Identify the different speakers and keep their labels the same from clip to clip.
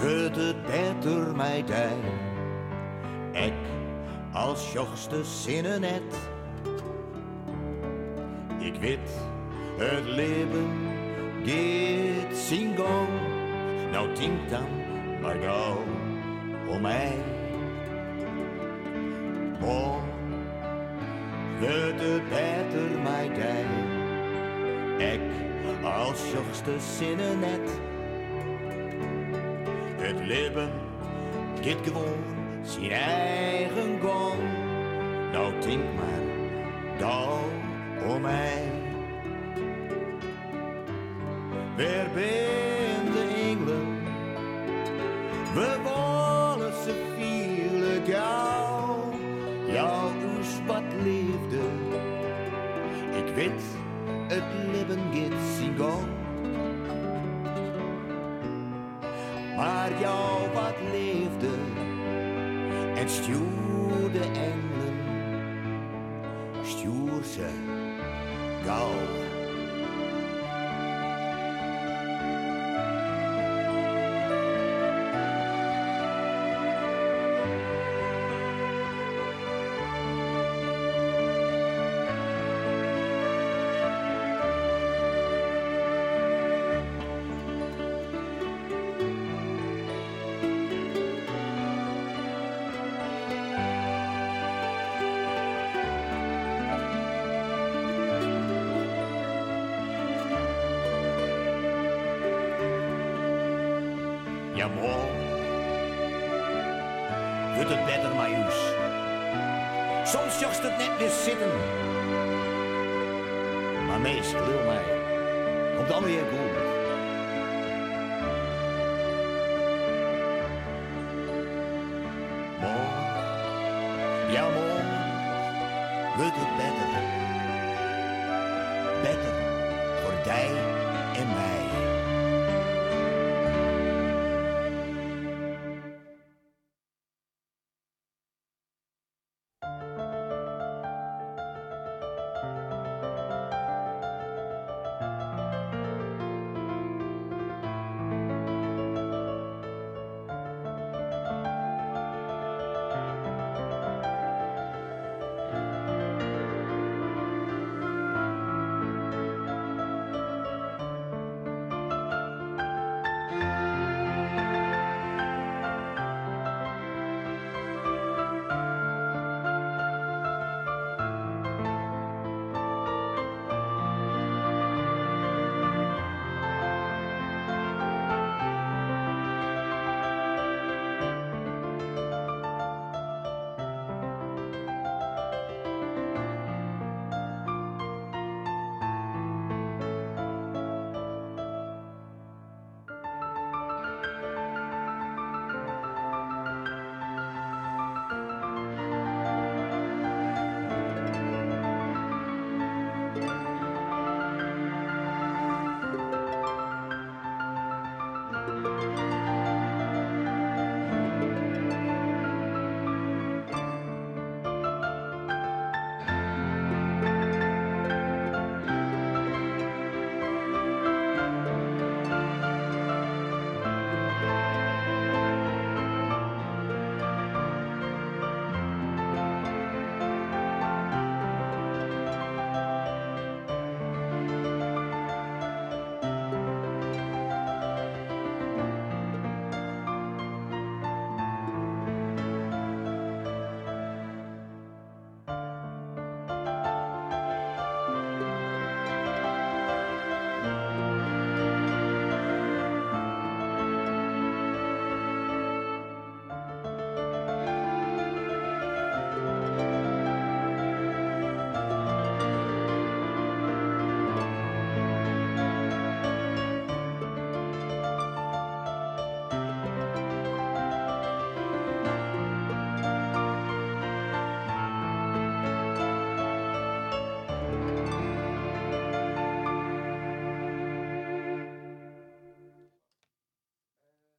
Speaker 1: Røde Peter meg deg. Ek als jogste sinne net. Ik weet het leven dit singo. Nou tink dan maar gauw om mij. Oh, Røde Peter meg deg. Ek als jogste sinne net. Het leven dit gewoon zijn eigen gang. Nou denk maar dan om mij. Weer ben de engelen? We willen ze vielen jou. Jouw oes wat liefde. Ik weet het leven gaat zijn gang. maar jou wat leefde en stuurde engelen, stuur ze gauw. Ja, mooi. Wordt het beter, Majoes. Soms jocht het net weer zitten. Maar meestal, wil mij, komt dan weer goed. Mooi. Ja, mooi. Wordt het beter. Beter voor jij en mij.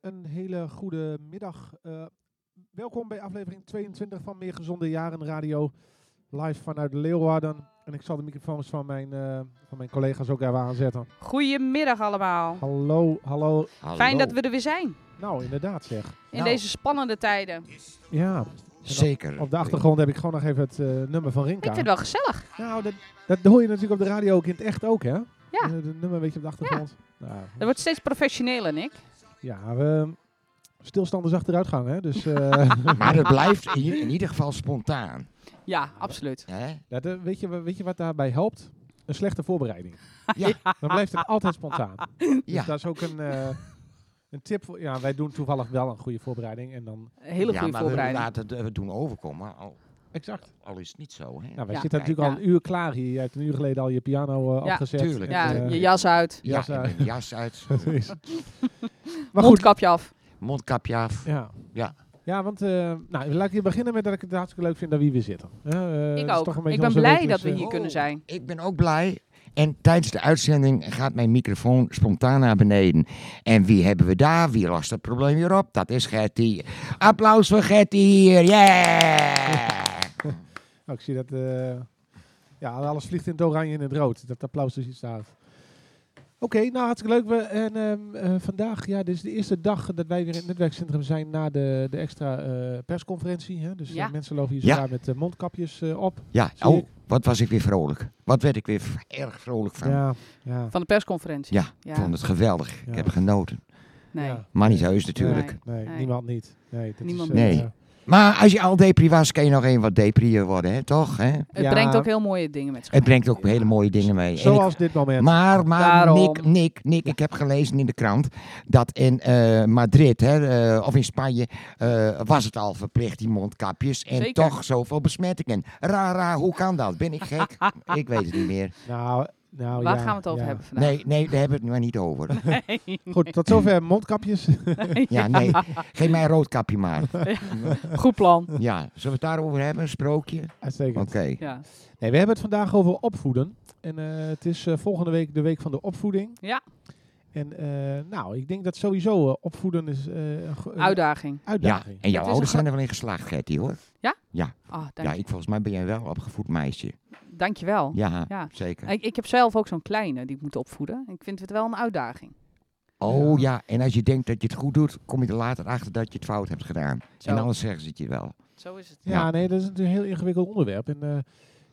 Speaker 2: Een hele goede middag. Eh, welkom bij aflevering 22 van Meer Gezonde Jaren Radio. Live vanuit Leeuwarden. En ik zal de microfoons van mijn, eh, van mijn collega's ook even aanzetten.
Speaker 3: Goedemiddag allemaal.
Speaker 2: Hallo, hallo.
Speaker 3: Fijn dat we er weer zijn.
Speaker 2: Nou, inderdaad zeg.
Speaker 3: In
Speaker 4: Nou.
Speaker 3: deze spannende tijden.
Speaker 2: Ja,
Speaker 4: Zeker.
Speaker 2: op de achtergrond heb ik gewoon nog even het eh, nummer van
Speaker 3: Ik
Speaker 2: Rinka.
Speaker 3: vind het wel gezellig.
Speaker 2: Nou, dat, dat hoor je natuurlijk op de radio ook in het echt ook, hè?
Speaker 3: Ja.
Speaker 2: Eh, de nummer weet je op de achtergrond. Nou,
Speaker 3: Dat wordt steeds professioneler, Nick.
Speaker 2: Ja, we, stilstand is achteruitgang, hè? Dus eh,
Speaker 4: Maar het blijft in, in ieder geval spontaan.
Speaker 3: Ja, absoluut.
Speaker 4: Hè?
Speaker 2: ja, de- weet, je, weet je wat daarbij helpt? Een slechte voorbereiding.
Speaker 4: Ja.
Speaker 2: Dan blijft het altijd spontaan. Dus
Speaker 4: Ja.
Speaker 2: dat is ook een, eh, een tip. Voor, ja, wij doen toevallig wel een goede voorbereiding. En dan,
Speaker 3: Een hele
Speaker 4: ja,
Speaker 3: goede
Speaker 4: maar we
Speaker 3: voorbereiding.
Speaker 4: laten het eh, doen overkomen, al,
Speaker 2: exact.
Speaker 4: al is het niet zo. Hè?
Speaker 2: Nou, wij
Speaker 3: Ja.
Speaker 2: zitten
Speaker 4: Kijk,
Speaker 2: natuurlijk al
Speaker 3: ja.
Speaker 2: een uur klaar hier. Je hebt een uur geleden al je piano eh,
Speaker 3: Ja,
Speaker 2: afgezet.
Speaker 4: tuurlijk.
Speaker 2: En,
Speaker 3: Ja,
Speaker 2: eh,
Speaker 3: je jas uit.
Speaker 4: ja,
Speaker 2: jas
Speaker 4: en
Speaker 2: uit.
Speaker 4: mijn jas uit,
Speaker 2: precies. maar goed.
Speaker 3: Mondkapje af.
Speaker 4: mondkapje af.
Speaker 2: Ja.
Speaker 4: Ja.
Speaker 2: Ja, want eh nou, laat ik hier beginnen met dat ik het hartstikke leuk vind dat we hier weer zitten. Eh, eh,
Speaker 3: ik
Speaker 2: dat is
Speaker 3: ook.
Speaker 2: toch een beetje
Speaker 3: Ik ben
Speaker 2: onze
Speaker 3: blij dat
Speaker 2: wekelijkse-
Speaker 3: we hier kunnen
Speaker 4: Oh.
Speaker 3: zijn.
Speaker 4: Ik ben ook blij. En tijdens de uitzending gaat mijn microfoon spontaan naar beneden. En wie hebben we daar? Wie lost het probleem weer op? Dat is Gertie. Applaus voor Gertie hier. Yeah!
Speaker 2: Nou, ik zie dat. eh, ja, alles vliegt in het oranje en in het rood. Dat applaus dus iets staat. Oké, nou hartstikke leuk. We, en ehm, eh, vandaag, ja, dit is de eerste dag dat wij weer in het netwerkcentrum zijn na de, de extra eh, persconferentie. Hè? Dus eh,
Speaker 3: Ja.
Speaker 2: mensen lopen hier
Speaker 4: Ja.
Speaker 2: zwaar met eh, mondkapjes eh, op.
Speaker 4: Ja,
Speaker 2: Zie ik.
Speaker 4: oh, wat was ik weer vrolijk. Wat werd ik weer v- erg vrolijk van.
Speaker 2: Ja, ja.
Speaker 3: Van de persconferentie.
Speaker 4: Ja, ik vond het geweldig.
Speaker 2: Ja.
Speaker 4: Ik heb genoten.
Speaker 3: Nee.
Speaker 2: ja.
Speaker 4: Maar niet heus natuurlijk.
Speaker 2: Nee,
Speaker 3: Nee.
Speaker 2: niemand niet. Nee, dat
Speaker 3: Niemand
Speaker 2: is, eh,
Speaker 4: niet. Nee. Maar als je al depri was, kan je nog een wat deprier worden, hè? toch? Hè?
Speaker 3: Het
Speaker 2: Ja.
Speaker 3: brengt ook heel mooie dingen met zich
Speaker 4: Het
Speaker 3: mee.
Speaker 4: brengt ook hele mooie dingen mee. En ik-
Speaker 2: Zoals dit moment.
Speaker 4: Maar, maar
Speaker 3: Daarom.
Speaker 4: Nick, Nick, Nick, ik heb gelezen in de krant dat in eh, Madrid hè, eh, of in Spanje eh, was het al verplicht, die mondkapjes. En
Speaker 3: Zeker.
Speaker 4: toch zoveel besmettingen. Ra, ra, hoe kan dat? Ben ik gek? ik weet het niet meer.
Speaker 2: nou, nou,
Speaker 3: Waar
Speaker 2: ja,
Speaker 3: gaan we het over
Speaker 2: ja.
Speaker 3: hebben vandaag?
Speaker 4: Nee, nee, daar hebben we het maar niet over.
Speaker 2: Goed, tot zover mondkapjes.
Speaker 4: Ja, nee, geef mij een rood kapje maar.
Speaker 3: Goed plan.
Speaker 4: Ja, zullen we het daarover hebben, een sprookje?
Speaker 2: Uitstekend.
Speaker 4: Oké.
Speaker 3: Ja.
Speaker 2: Nee, we hebben het vandaag over opvoeden. En eh, het is eh, volgende week de week van de opvoeding.
Speaker 3: Ja.
Speaker 2: En eh, nou, ik denk dat sowieso eh, opvoeden is eh, een, go- een
Speaker 3: Uitdaging.
Speaker 4: Ja,
Speaker 2: uitdaging.
Speaker 4: en jouw
Speaker 3: een
Speaker 4: ouders
Speaker 3: gro-
Speaker 4: zijn er wel in geslaagd, Gertie, hoor.
Speaker 3: Ah, dank,
Speaker 4: Ja, ik, volgens mij ben jij wel een opgevoed meisje.
Speaker 3: dankjewel.
Speaker 4: Ja,
Speaker 3: Ja.
Speaker 4: zeker.
Speaker 3: Ik, ik heb zelf ook zo'n kleine die ik moet opvoeden. Ik vind het wel een uitdaging.
Speaker 4: Oh ja, en als je denkt dat je het goed doet, kom je er later achter dat je het fout hebt gedaan.
Speaker 3: Zo.
Speaker 4: En anders zeggen ze het je wel.
Speaker 3: Zo is het.
Speaker 2: Ja,
Speaker 4: Ja.
Speaker 2: nee, dat is natuurlijk een heel ingewikkeld onderwerp. En eh,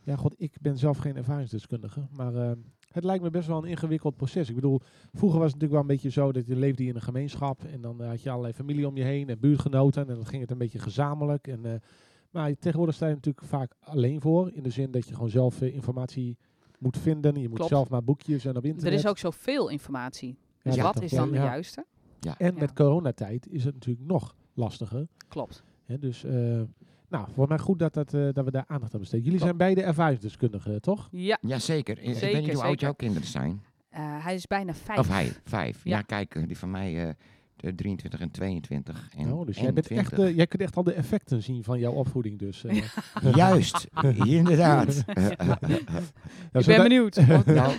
Speaker 2: ja, god, ik ben zelf geen ervaringsdeskundige. Maar eh, het lijkt me best wel een ingewikkeld proces. Ik bedoel, vroeger was het natuurlijk wel een beetje zo dat je leefde hier in een gemeenschap. En dan eh, had je allerlei familie om je heen en buurtgenoten. En dan ging het een beetje gezamenlijk. En, eh, maar tegenwoordig sta je natuurlijk vaak alleen voor. In de zin dat je gewoon zelf eh, informatie moet vinden. Je moet
Speaker 3: Klopt.
Speaker 2: zelf naar boekjes en op
Speaker 3: Er
Speaker 2: internet.
Speaker 3: is ook zoveel informatie. Dus
Speaker 2: Ja,
Speaker 3: wat
Speaker 2: dat-
Speaker 3: is
Speaker 2: ja,
Speaker 3: dan de
Speaker 2: ja.
Speaker 3: juiste?
Speaker 2: En
Speaker 3: Ja.
Speaker 2: met coronatijd is het natuurlijk nog lastiger.
Speaker 3: Klopt.
Speaker 2: Hè, dus, eh nou, voor mij goed dat, dat, eh, dat we daar aandacht aan besteden. Jullie zijn beide ervaringsdeskundigen, eh, toch?
Speaker 3: Ja,
Speaker 4: Jazeker. Ik- ik
Speaker 3: Zeker,
Speaker 4: weet niet hoe oud
Speaker 3: zeker.
Speaker 4: jouw kinderen zijn.
Speaker 3: eh, hij is bijna vijf.
Speaker 4: Of hij, vijf. Ja,
Speaker 3: Ja.
Speaker 4: kijk, eh, die van mij eh, de 23 en 22. En
Speaker 2: Oh, dus jij, bent echt,
Speaker 4: 21.
Speaker 2: eh, jij kunt echt al de effecten zien van jouw opvoeding. Dus, eh.
Speaker 4: Juist, inderdaad.
Speaker 2: Ja,
Speaker 3: ik
Speaker 2: zo
Speaker 3: ben
Speaker 2: da-
Speaker 3: benieuwd. Want-
Speaker 4: nou,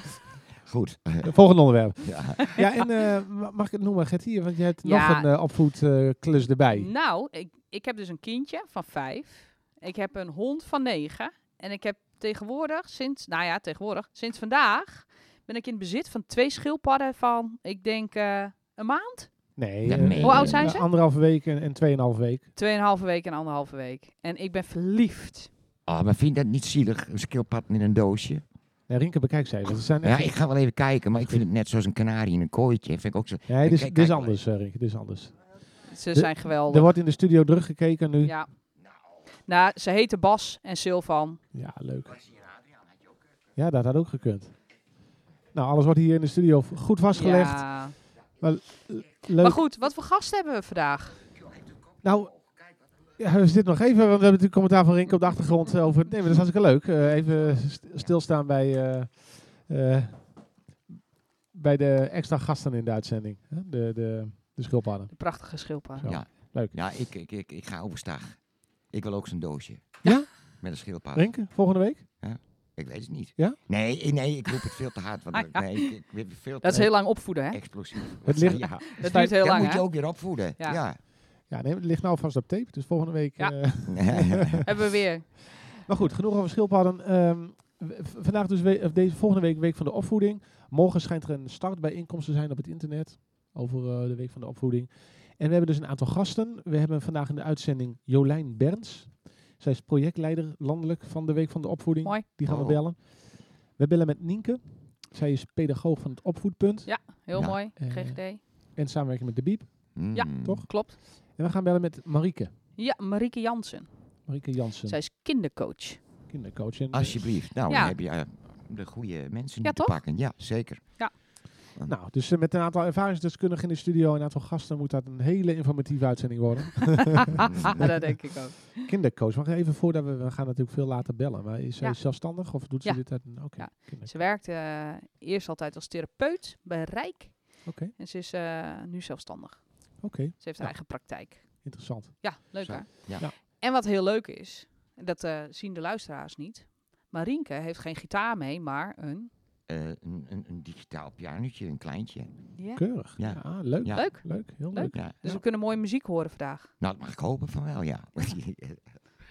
Speaker 4: goed.
Speaker 2: Volgende onderwerp.
Speaker 4: Ja.
Speaker 2: ja, en eh, ma- mag ik het noemen, Gertie? Want jij hebt
Speaker 3: Ja.
Speaker 2: nog een eh, opvoedklus erbij.
Speaker 3: nou, ik, ik heb dus een kindje van vijf. Ik heb een hond van negen. En ik heb tegenwoordig, sinds, nou ja, tegenwoordig, sinds vandaag ben ik in bezit van twee schildpadden van, ik denk, eh, een maand.
Speaker 2: Nee.
Speaker 4: Ja,
Speaker 2: eh,
Speaker 4: nee.
Speaker 3: Hoe oud zijn
Speaker 2: eh,
Speaker 3: ze?
Speaker 2: Anderhalve week en, en tweeënhalve week.
Speaker 3: Tweeënhalve week en anderhalve week. En ik ben verliefd.
Speaker 4: Oh, maar vind je dat niet zielig? Een skillpad in een doosje?
Speaker 2: Nee, Rinke, bekijk ze even. Ze zijn
Speaker 4: Ja,
Speaker 2: echt...
Speaker 4: ik ga wel even kijken, maar ik vind het net zoals een kanarie in een kooitje. Vind ik ook zo.
Speaker 2: Nee, dit is,
Speaker 4: Kijk,
Speaker 2: dit is
Speaker 4: kijk,
Speaker 2: anders, eh, Rinke. Dit is anders.
Speaker 3: Ze
Speaker 2: De-
Speaker 3: zijn
Speaker 2: Er
Speaker 3: geweldig.
Speaker 2: wordt in de studio teruggekeken nu. Ja,
Speaker 3: Ja. Nou, ze heten Bas en Silvan.
Speaker 2: leuk. Ja, dat had ook gekund. Nou, alles wordt hier in de studio v- goed vastgelegd.
Speaker 3: Ja.
Speaker 2: Leuk.
Speaker 3: Maar goed, wat voor gasten hebben we vandaag?
Speaker 2: Nou, ja, we zitten nog even, want we hebben natuurlijk commentaar van Rink op de achtergrond eh, over. Nee, maar dat is hartstikke leuk. Eh, even st- stilstaan bij, eh, eh, bij de extra gasten in de uitzending. hè, De, de, de schildpadden.
Speaker 3: De prachtige schildpad.
Speaker 2: Zo.
Speaker 4: Ja.
Speaker 2: Leuk.
Speaker 4: Ja, ik, ik, ik, ik ga overstag. Ik wil ook zo'n doosje.
Speaker 2: Ja?
Speaker 4: Met een schildpad.
Speaker 2: Rinke, volgende week?
Speaker 4: Ik weet het niet.
Speaker 2: Ja?
Speaker 4: Nee, eh, nee, ik roep het veel te hard. Want ik- nee, ik, ik ben veel te
Speaker 3: Ah, Dat is heel lang opvoeden, hè?
Speaker 4: explosief.
Speaker 2: Het ligt-
Speaker 4: ja.
Speaker 3: Dat duurt heel
Speaker 4: Dat
Speaker 3: lang,
Speaker 4: moet je
Speaker 3: hè?
Speaker 4: ook weer opvoeden.
Speaker 3: Ja.
Speaker 4: Ja.
Speaker 2: Ja, nee, het ligt nou vast op tape, dus volgende week.
Speaker 3: Ja.
Speaker 2: eh,
Speaker 3: Hebben we weer.
Speaker 2: maar goed, genoeg over schildpadden. Ehm, w- v- vandaag dus we- of deze, volgende week Week van de Opvoeding. Morgen schijnt er een startbijeenkomst te zijn op het internet over eh, de Week van de Opvoeding. En we hebben dus een aantal gasten. We hebben vandaag in de uitzending Jolijn Berns. Zij is projectleider landelijk van de Week van de Opvoeding.
Speaker 3: Mooi.
Speaker 2: Die gaan we
Speaker 4: Oh.
Speaker 2: bellen. We bellen met Nienke. Zij is pedagoog van het opvoedpunt.
Speaker 3: Heel
Speaker 4: Ja.
Speaker 3: mooi,
Speaker 2: Eh,
Speaker 3: GGD.
Speaker 2: En samenwerking met de Biep.
Speaker 3: Ja,
Speaker 4: Mm.
Speaker 2: toch?
Speaker 3: Klopt.
Speaker 2: En we gaan bellen met Marieke.
Speaker 3: Ja, Marieke Jansen.
Speaker 2: Marieke Jansen,
Speaker 3: Zij is kindercoach.
Speaker 2: kindercoach. En, eh,
Speaker 4: Alsjeblieft. Nou,
Speaker 3: Ja.
Speaker 4: dan heb je eh, de goede mensen
Speaker 3: Ja,
Speaker 4: te
Speaker 3: toch?
Speaker 4: pakken. Ja, zeker.
Speaker 2: Nou, dus eh, met een aantal ervaringsdeskundigen in de studio en een aantal gasten moet dat een hele informatieve uitzending worden.
Speaker 3: dat denk ik ook.
Speaker 2: kindercoach, maar even voordat we, we gaan natuurlijk veel later bellen. Maar is zij
Speaker 3: Ja.
Speaker 2: zelfstandig of doet ze
Speaker 3: Ja.
Speaker 2: dit uit een... Oké,
Speaker 3: Ja.
Speaker 2: kindercoach.
Speaker 3: Ze werkte eh, eerst altijd als therapeut bij Rijk.
Speaker 2: Oké.
Speaker 3: En ze is eh, nu zelfstandig.
Speaker 2: Oké,
Speaker 3: Ze heeft
Speaker 2: Ja.
Speaker 3: haar eigen praktijk.
Speaker 2: interessant.
Speaker 3: Ja, leuk
Speaker 4: Zo,
Speaker 3: hè?
Speaker 4: ja.
Speaker 2: Ja.
Speaker 3: En wat heel leuk is, en dat eh, zien de luisteraars niet. Marienke heeft geen gitaar mee, maar een...
Speaker 4: Eh, een, een, een digitaal pianotje, een kleintje.
Speaker 3: Ja.
Speaker 2: Keurig. Ja,
Speaker 4: Ja.
Speaker 2: leuk.
Speaker 4: Ja.
Speaker 3: Leuk.
Speaker 2: Leuk, heel leuk.
Speaker 3: Leuk.
Speaker 4: Ja.
Speaker 3: Dus we kunnen mooie muziek horen vandaag.
Speaker 4: Nou, dat mag ik hopen van wel, ja.
Speaker 3: Daar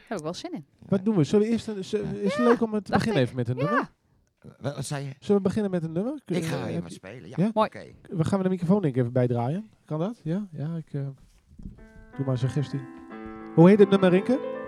Speaker 3: heb ik wel zin in.
Speaker 2: Wat doen we? Zullen we eerst... een- zullen- is het leuk om te
Speaker 3: dacht
Speaker 2: beginnen even met een nummer?
Speaker 4: wat, wat zei je?
Speaker 2: Zullen we beginnen met een nummer? Kun-
Speaker 4: Ik ga
Speaker 2: eh,
Speaker 4: even
Speaker 2: heb
Speaker 4: wat
Speaker 2: je-
Speaker 4: spelen. Ja,
Speaker 2: Ja?
Speaker 4: oké.
Speaker 3: Mooi.
Speaker 2: we gaan we de microfoon denk ik even bijdraaien. Kan dat? Ja? Ja, ik... eh, doe maar een suggestie. Hoe heet het nummer, Rinke?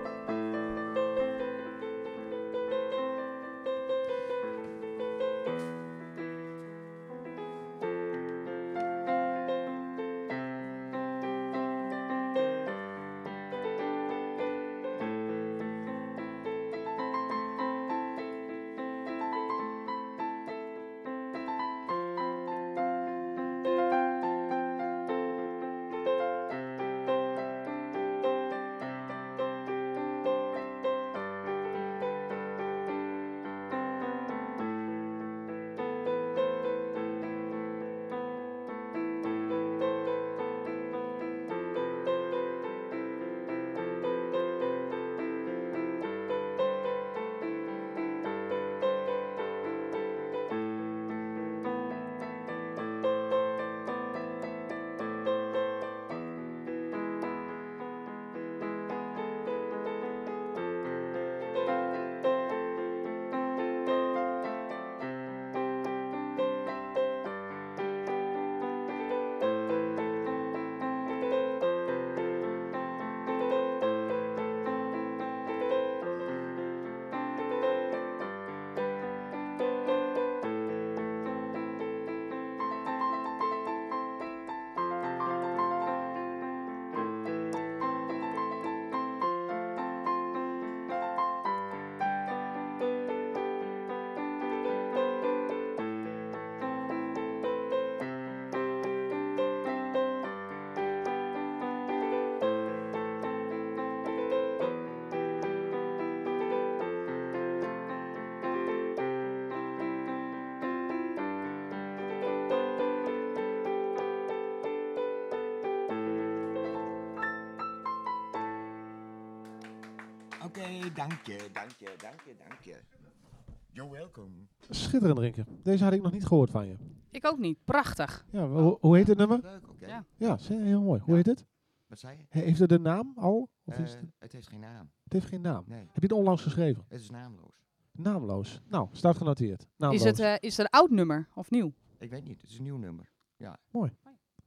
Speaker 4: Oké, dank je, dank je, dank je, dank je. You're welcome.
Speaker 2: Schitterend, Rinke. Deze had ik nog niet gehoord van je.
Speaker 3: Ik ook niet. Prachtig.
Speaker 2: Ja, ho- hoe heet het nummer?
Speaker 4: Leuk, oké.
Speaker 3: Ja.
Speaker 2: Ja, ze- heel mooi. Hoe
Speaker 4: Ja.
Speaker 2: heet het?
Speaker 4: Wat zei je?
Speaker 2: He- Heeft het een naam al? Of is
Speaker 4: Eh,
Speaker 2: het,
Speaker 4: het heeft geen naam.
Speaker 2: het heeft geen naam.
Speaker 4: Nee,
Speaker 2: Heb je het onlangs geschreven?
Speaker 4: het is naamloos.
Speaker 2: Naamloos. Nou, staat genoteerd. Naamloos.
Speaker 3: Is het, eh, is het een oud nummer of nieuw?
Speaker 4: Ik weet niet, het is een nieuw nummer. Ja.
Speaker 2: Mooi.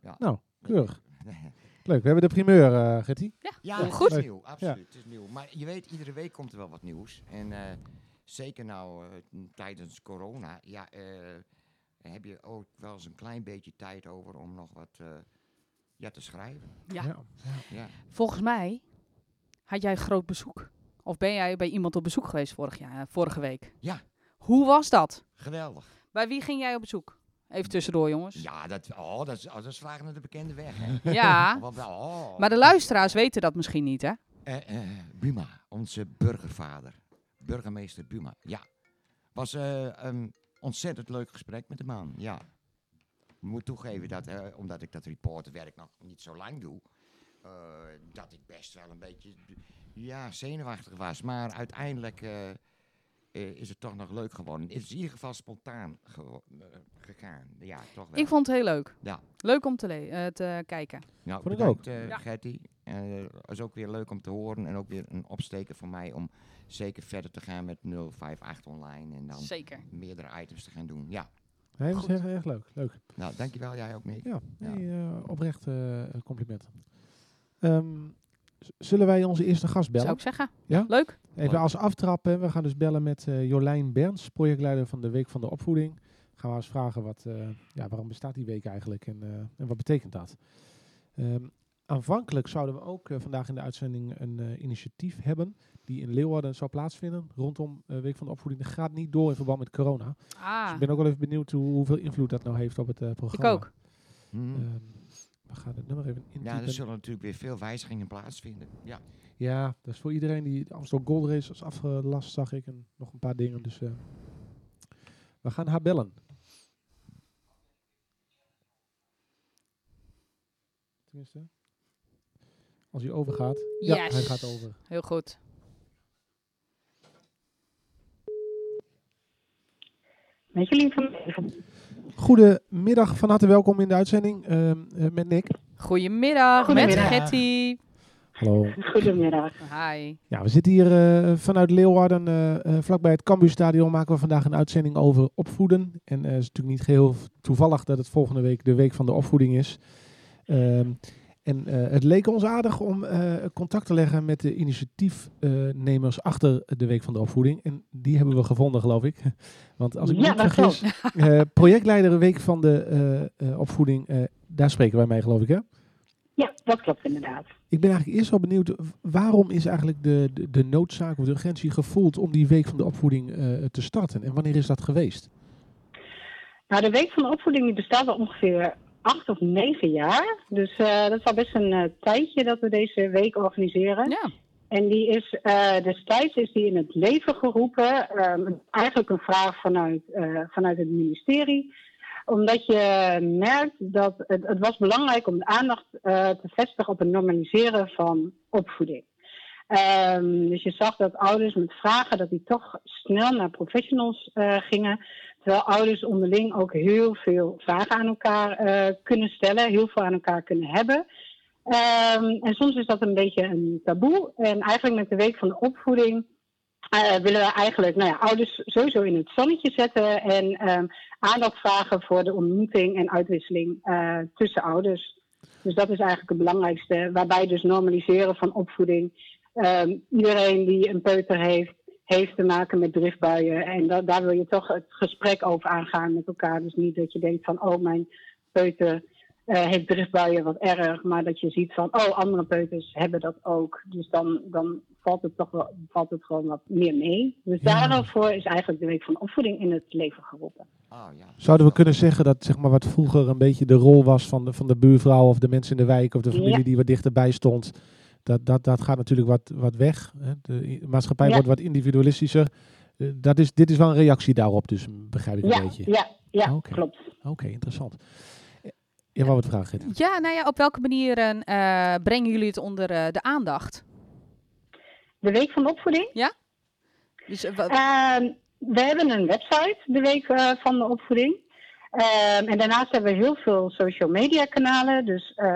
Speaker 4: Ja.
Speaker 2: Nou, keurig. Leuk, we hebben de primeur, eh Gertie.
Speaker 4: Ja,
Speaker 3: Ja,
Speaker 4: het
Speaker 3: Oh, goed.
Speaker 4: is nieuw, absoluut. Het is nieuw. Maar je weet, iedere week komt er wel wat nieuws. En eh, zeker nou eh, n- tijdens corona, ja, eh, heb je ook wel eens een klein beetje tijd over om nog wat eh, ja, te schrijven.
Speaker 3: Ja.
Speaker 4: Ja.
Speaker 3: Volgens mij had jij groot bezoek. Of ben jij bij iemand op bezoek geweest vorig jaar, eh, vorige week?
Speaker 4: Ja.
Speaker 3: Hoe was dat?
Speaker 4: Geweldig.
Speaker 3: Bij wie ging jij op bezoek? Even tussendoor, jongens.
Speaker 4: Ja, dat, oh, dat, is- oh, dat slagen naar de bekende weg. Hè.
Speaker 3: Ja,
Speaker 4: Wat wel, oh.
Speaker 3: Maar de luisteraars weten dat misschien niet, hè?
Speaker 4: Eh, eh, Buma, onze burgervader. Burgemeester Buma, ja. Was eh, een ontzettend leuk gesprek met de man, ja. Ik moet toegeven dat, eh, omdat ik dat reporterwerk nog niet zo lang doe, eh, dat ik best wel een beetje ja, zenuwachtig was. Maar uiteindelijk eh, eh, is het toch nog leuk geworden. Het is in ieder geval spontaan gewo- eh, gegaan. Ja, toch wel.
Speaker 3: Ik vond het heel leuk.
Speaker 4: Ja.
Speaker 3: Leuk om te, le- eh, te kijken.
Speaker 4: Nou,
Speaker 2: Vond ik
Speaker 4: bedankt eh,
Speaker 3: Ja.
Speaker 4: Gertie. Eh, Het is ook weer leuk om te horen en ook weer een opsteken voor mij om zeker verder te gaan met 058 online en dan
Speaker 3: Zeker.
Speaker 4: meerdere items te gaan doen. Ja,
Speaker 2: Nee, dat
Speaker 3: Goed.
Speaker 2: is echt, echt leuk. leuk.
Speaker 4: Nou, dankjewel. Jij ook, Nick.
Speaker 2: Ja,
Speaker 4: Ja.
Speaker 2: nee, eh, oprecht eh, compliment. Ehm, z- zullen wij onze eerste gast bellen?
Speaker 3: Zou ik zeggen.
Speaker 2: Ja?
Speaker 3: Leuk.
Speaker 2: Even als aftrappen. We gaan dus bellen met eh, Jolijn Berns, projectleider van de Week van de Opvoeding. Gaan we eens vragen wat, eh, ja, waarom bestaat die week eigenlijk en, eh, en wat betekent dat? Ehm, aanvankelijk zouden we ook eh, vandaag in de uitzending een eh, initiatief hebben die in Leeuwarden zou plaatsvinden rondom eh, Week van de Opvoeding. Dat gaat niet door in verband met corona. Dus
Speaker 3: Ah,
Speaker 2: ik ben ook wel even benieuwd hoe, hoeveel invloed dat nou heeft op het eh,
Speaker 3: ik
Speaker 2: programma.
Speaker 3: ook.
Speaker 4: Hm.
Speaker 2: Ehm, we gaan het nummer even intypen.
Speaker 4: ja, dus er zullen natuurlijk weer veel wijzigingen plaatsvinden. Ja.
Speaker 2: Ja, dat is voor iedereen die de Amstel Gold Race was afgelast, zag ik. En nog een paar dingen. Dus eh, we gaan haar bellen. Tenminste. Als hij overgaat. Ja,
Speaker 3: Yes.
Speaker 2: hij gaat over.
Speaker 3: Heel goed.
Speaker 5: Met jullie van even.
Speaker 2: Goedemiddag, van harte welkom in de uitzending ehm, eh, met Nick.
Speaker 3: Goedemiddag,
Speaker 5: Goedemiddag.
Speaker 3: met Getty.
Speaker 2: Hallo.
Speaker 5: Goedemiddag.
Speaker 3: Hi.
Speaker 2: Ja, we zitten hier eh, vanuit Leeuwarden, eh, eh, vlakbij het Cambuurstadion, maken we vandaag een uitzending over opvoeden. En eh, het is natuurlijk niet geheel toevallig dat het volgende week de week van de opvoeding is. Ehm, en eh, het leek ons aardig om eh, contact te leggen met de initiatiefnemers achter de week van de opvoeding. En die hebben we gevonden, geloof ik. Want als ik me
Speaker 5: Ja,
Speaker 2: niet
Speaker 5: dat
Speaker 2: vergis, eh, projectleider week van de eh, eh, opvoeding, eh, daar spreken wij mee, geloof ik, hè?
Speaker 5: Ja, dat klopt inderdaad.
Speaker 2: Ik ben eigenlijk eerst wel benieuwd, w- waarom is eigenlijk de, de, de noodzaak of de urgentie gevoeld om die week van de opvoeding eh, te starten? En wanneer is dat geweest?
Speaker 5: Nou, de Week van de Opvoeding die bestaat al ongeveer acht of negen jaar. Dus eh, dat is al best een eh, tijdje dat we deze week organiseren.
Speaker 3: Ja,
Speaker 5: En die is eh, destijds is die in het leven geroepen. Ehm, eigenlijk een vraag vanuit, eh, vanuit het ministerie. Omdat je merkt dat het, het was belangrijk om de aandacht eh, te vestigen op het normaliseren van opvoeding. Ehm, dus je zag dat ouders met vragen dat die toch snel naar professionals eh, gingen. Terwijl ouders onderling ook heel veel vragen aan elkaar eh, kunnen stellen, heel veel aan elkaar kunnen hebben. Ehm, en soms is dat een beetje een taboe. En eigenlijk met de week van de opvoeding eh, willen we eigenlijk nou ja, ouders sowieso in het zonnetje zetten en ehm, aandacht vragen voor de ontmoeting en uitwisseling eh, tussen ouders. Dus dat is eigenlijk het belangrijkste, waarbij dus normaliseren van opvoeding. Ehm, iedereen die een peuter heeft, heeft te maken met driftbuien. En da- daar wil je toch het gesprek over aangaan met elkaar. Dus niet dat je denkt van, oh mijn peuter eh, heeft driftbuien wat erg, maar dat je ziet van, oh, andere peuters hebben dat ook. Dus dan, dan valt het toch wel, valt het gewoon wat meer mee. Dus
Speaker 2: Ja.
Speaker 5: daarvoor is eigenlijk de week van opvoeding in het leven geroepen.
Speaker 4: Oh, ja.
Speaker 2: Zouden we kunnen zeggen dat zeg maar, wat vroeger een beetje de rol was van de, van de buurvrouw of de mensen in de wijk of de familie
Speaker 5: Ja.
Speaker 2: die wat dichterbij stond, dat, dat, dat gaat natuurlijk wat, wat weg. Hè? De i- maatschappij
Speaker 5: Ja.
Speaker 2: wordt wat individualistischer. Eh, dat is, dit is wel een reactie daarop, dus m, begrijp ik een
Speaker 5: Ja,
Speaker 2: beetje.
Speaker 5: ja, ja,
Speaker 2: Oké.
Speaker 5: klopt.
Speaker 2: Oké, interessant. Eh, Je wou wat vragen, Gert.
Speaker 3: ja nou ja, op welke manieren eh, brengen jullie het onder eh, de aandacht?
Speaker 5: De week van de opvoeding.
Speaker 3: Dus, eh, wa-
Speaker 5: Ehm, we hebben een website, de Week eh, van de Opvoeding. Ehm, en daarnaast hebben we heel veel social media kanalen. Dus eh,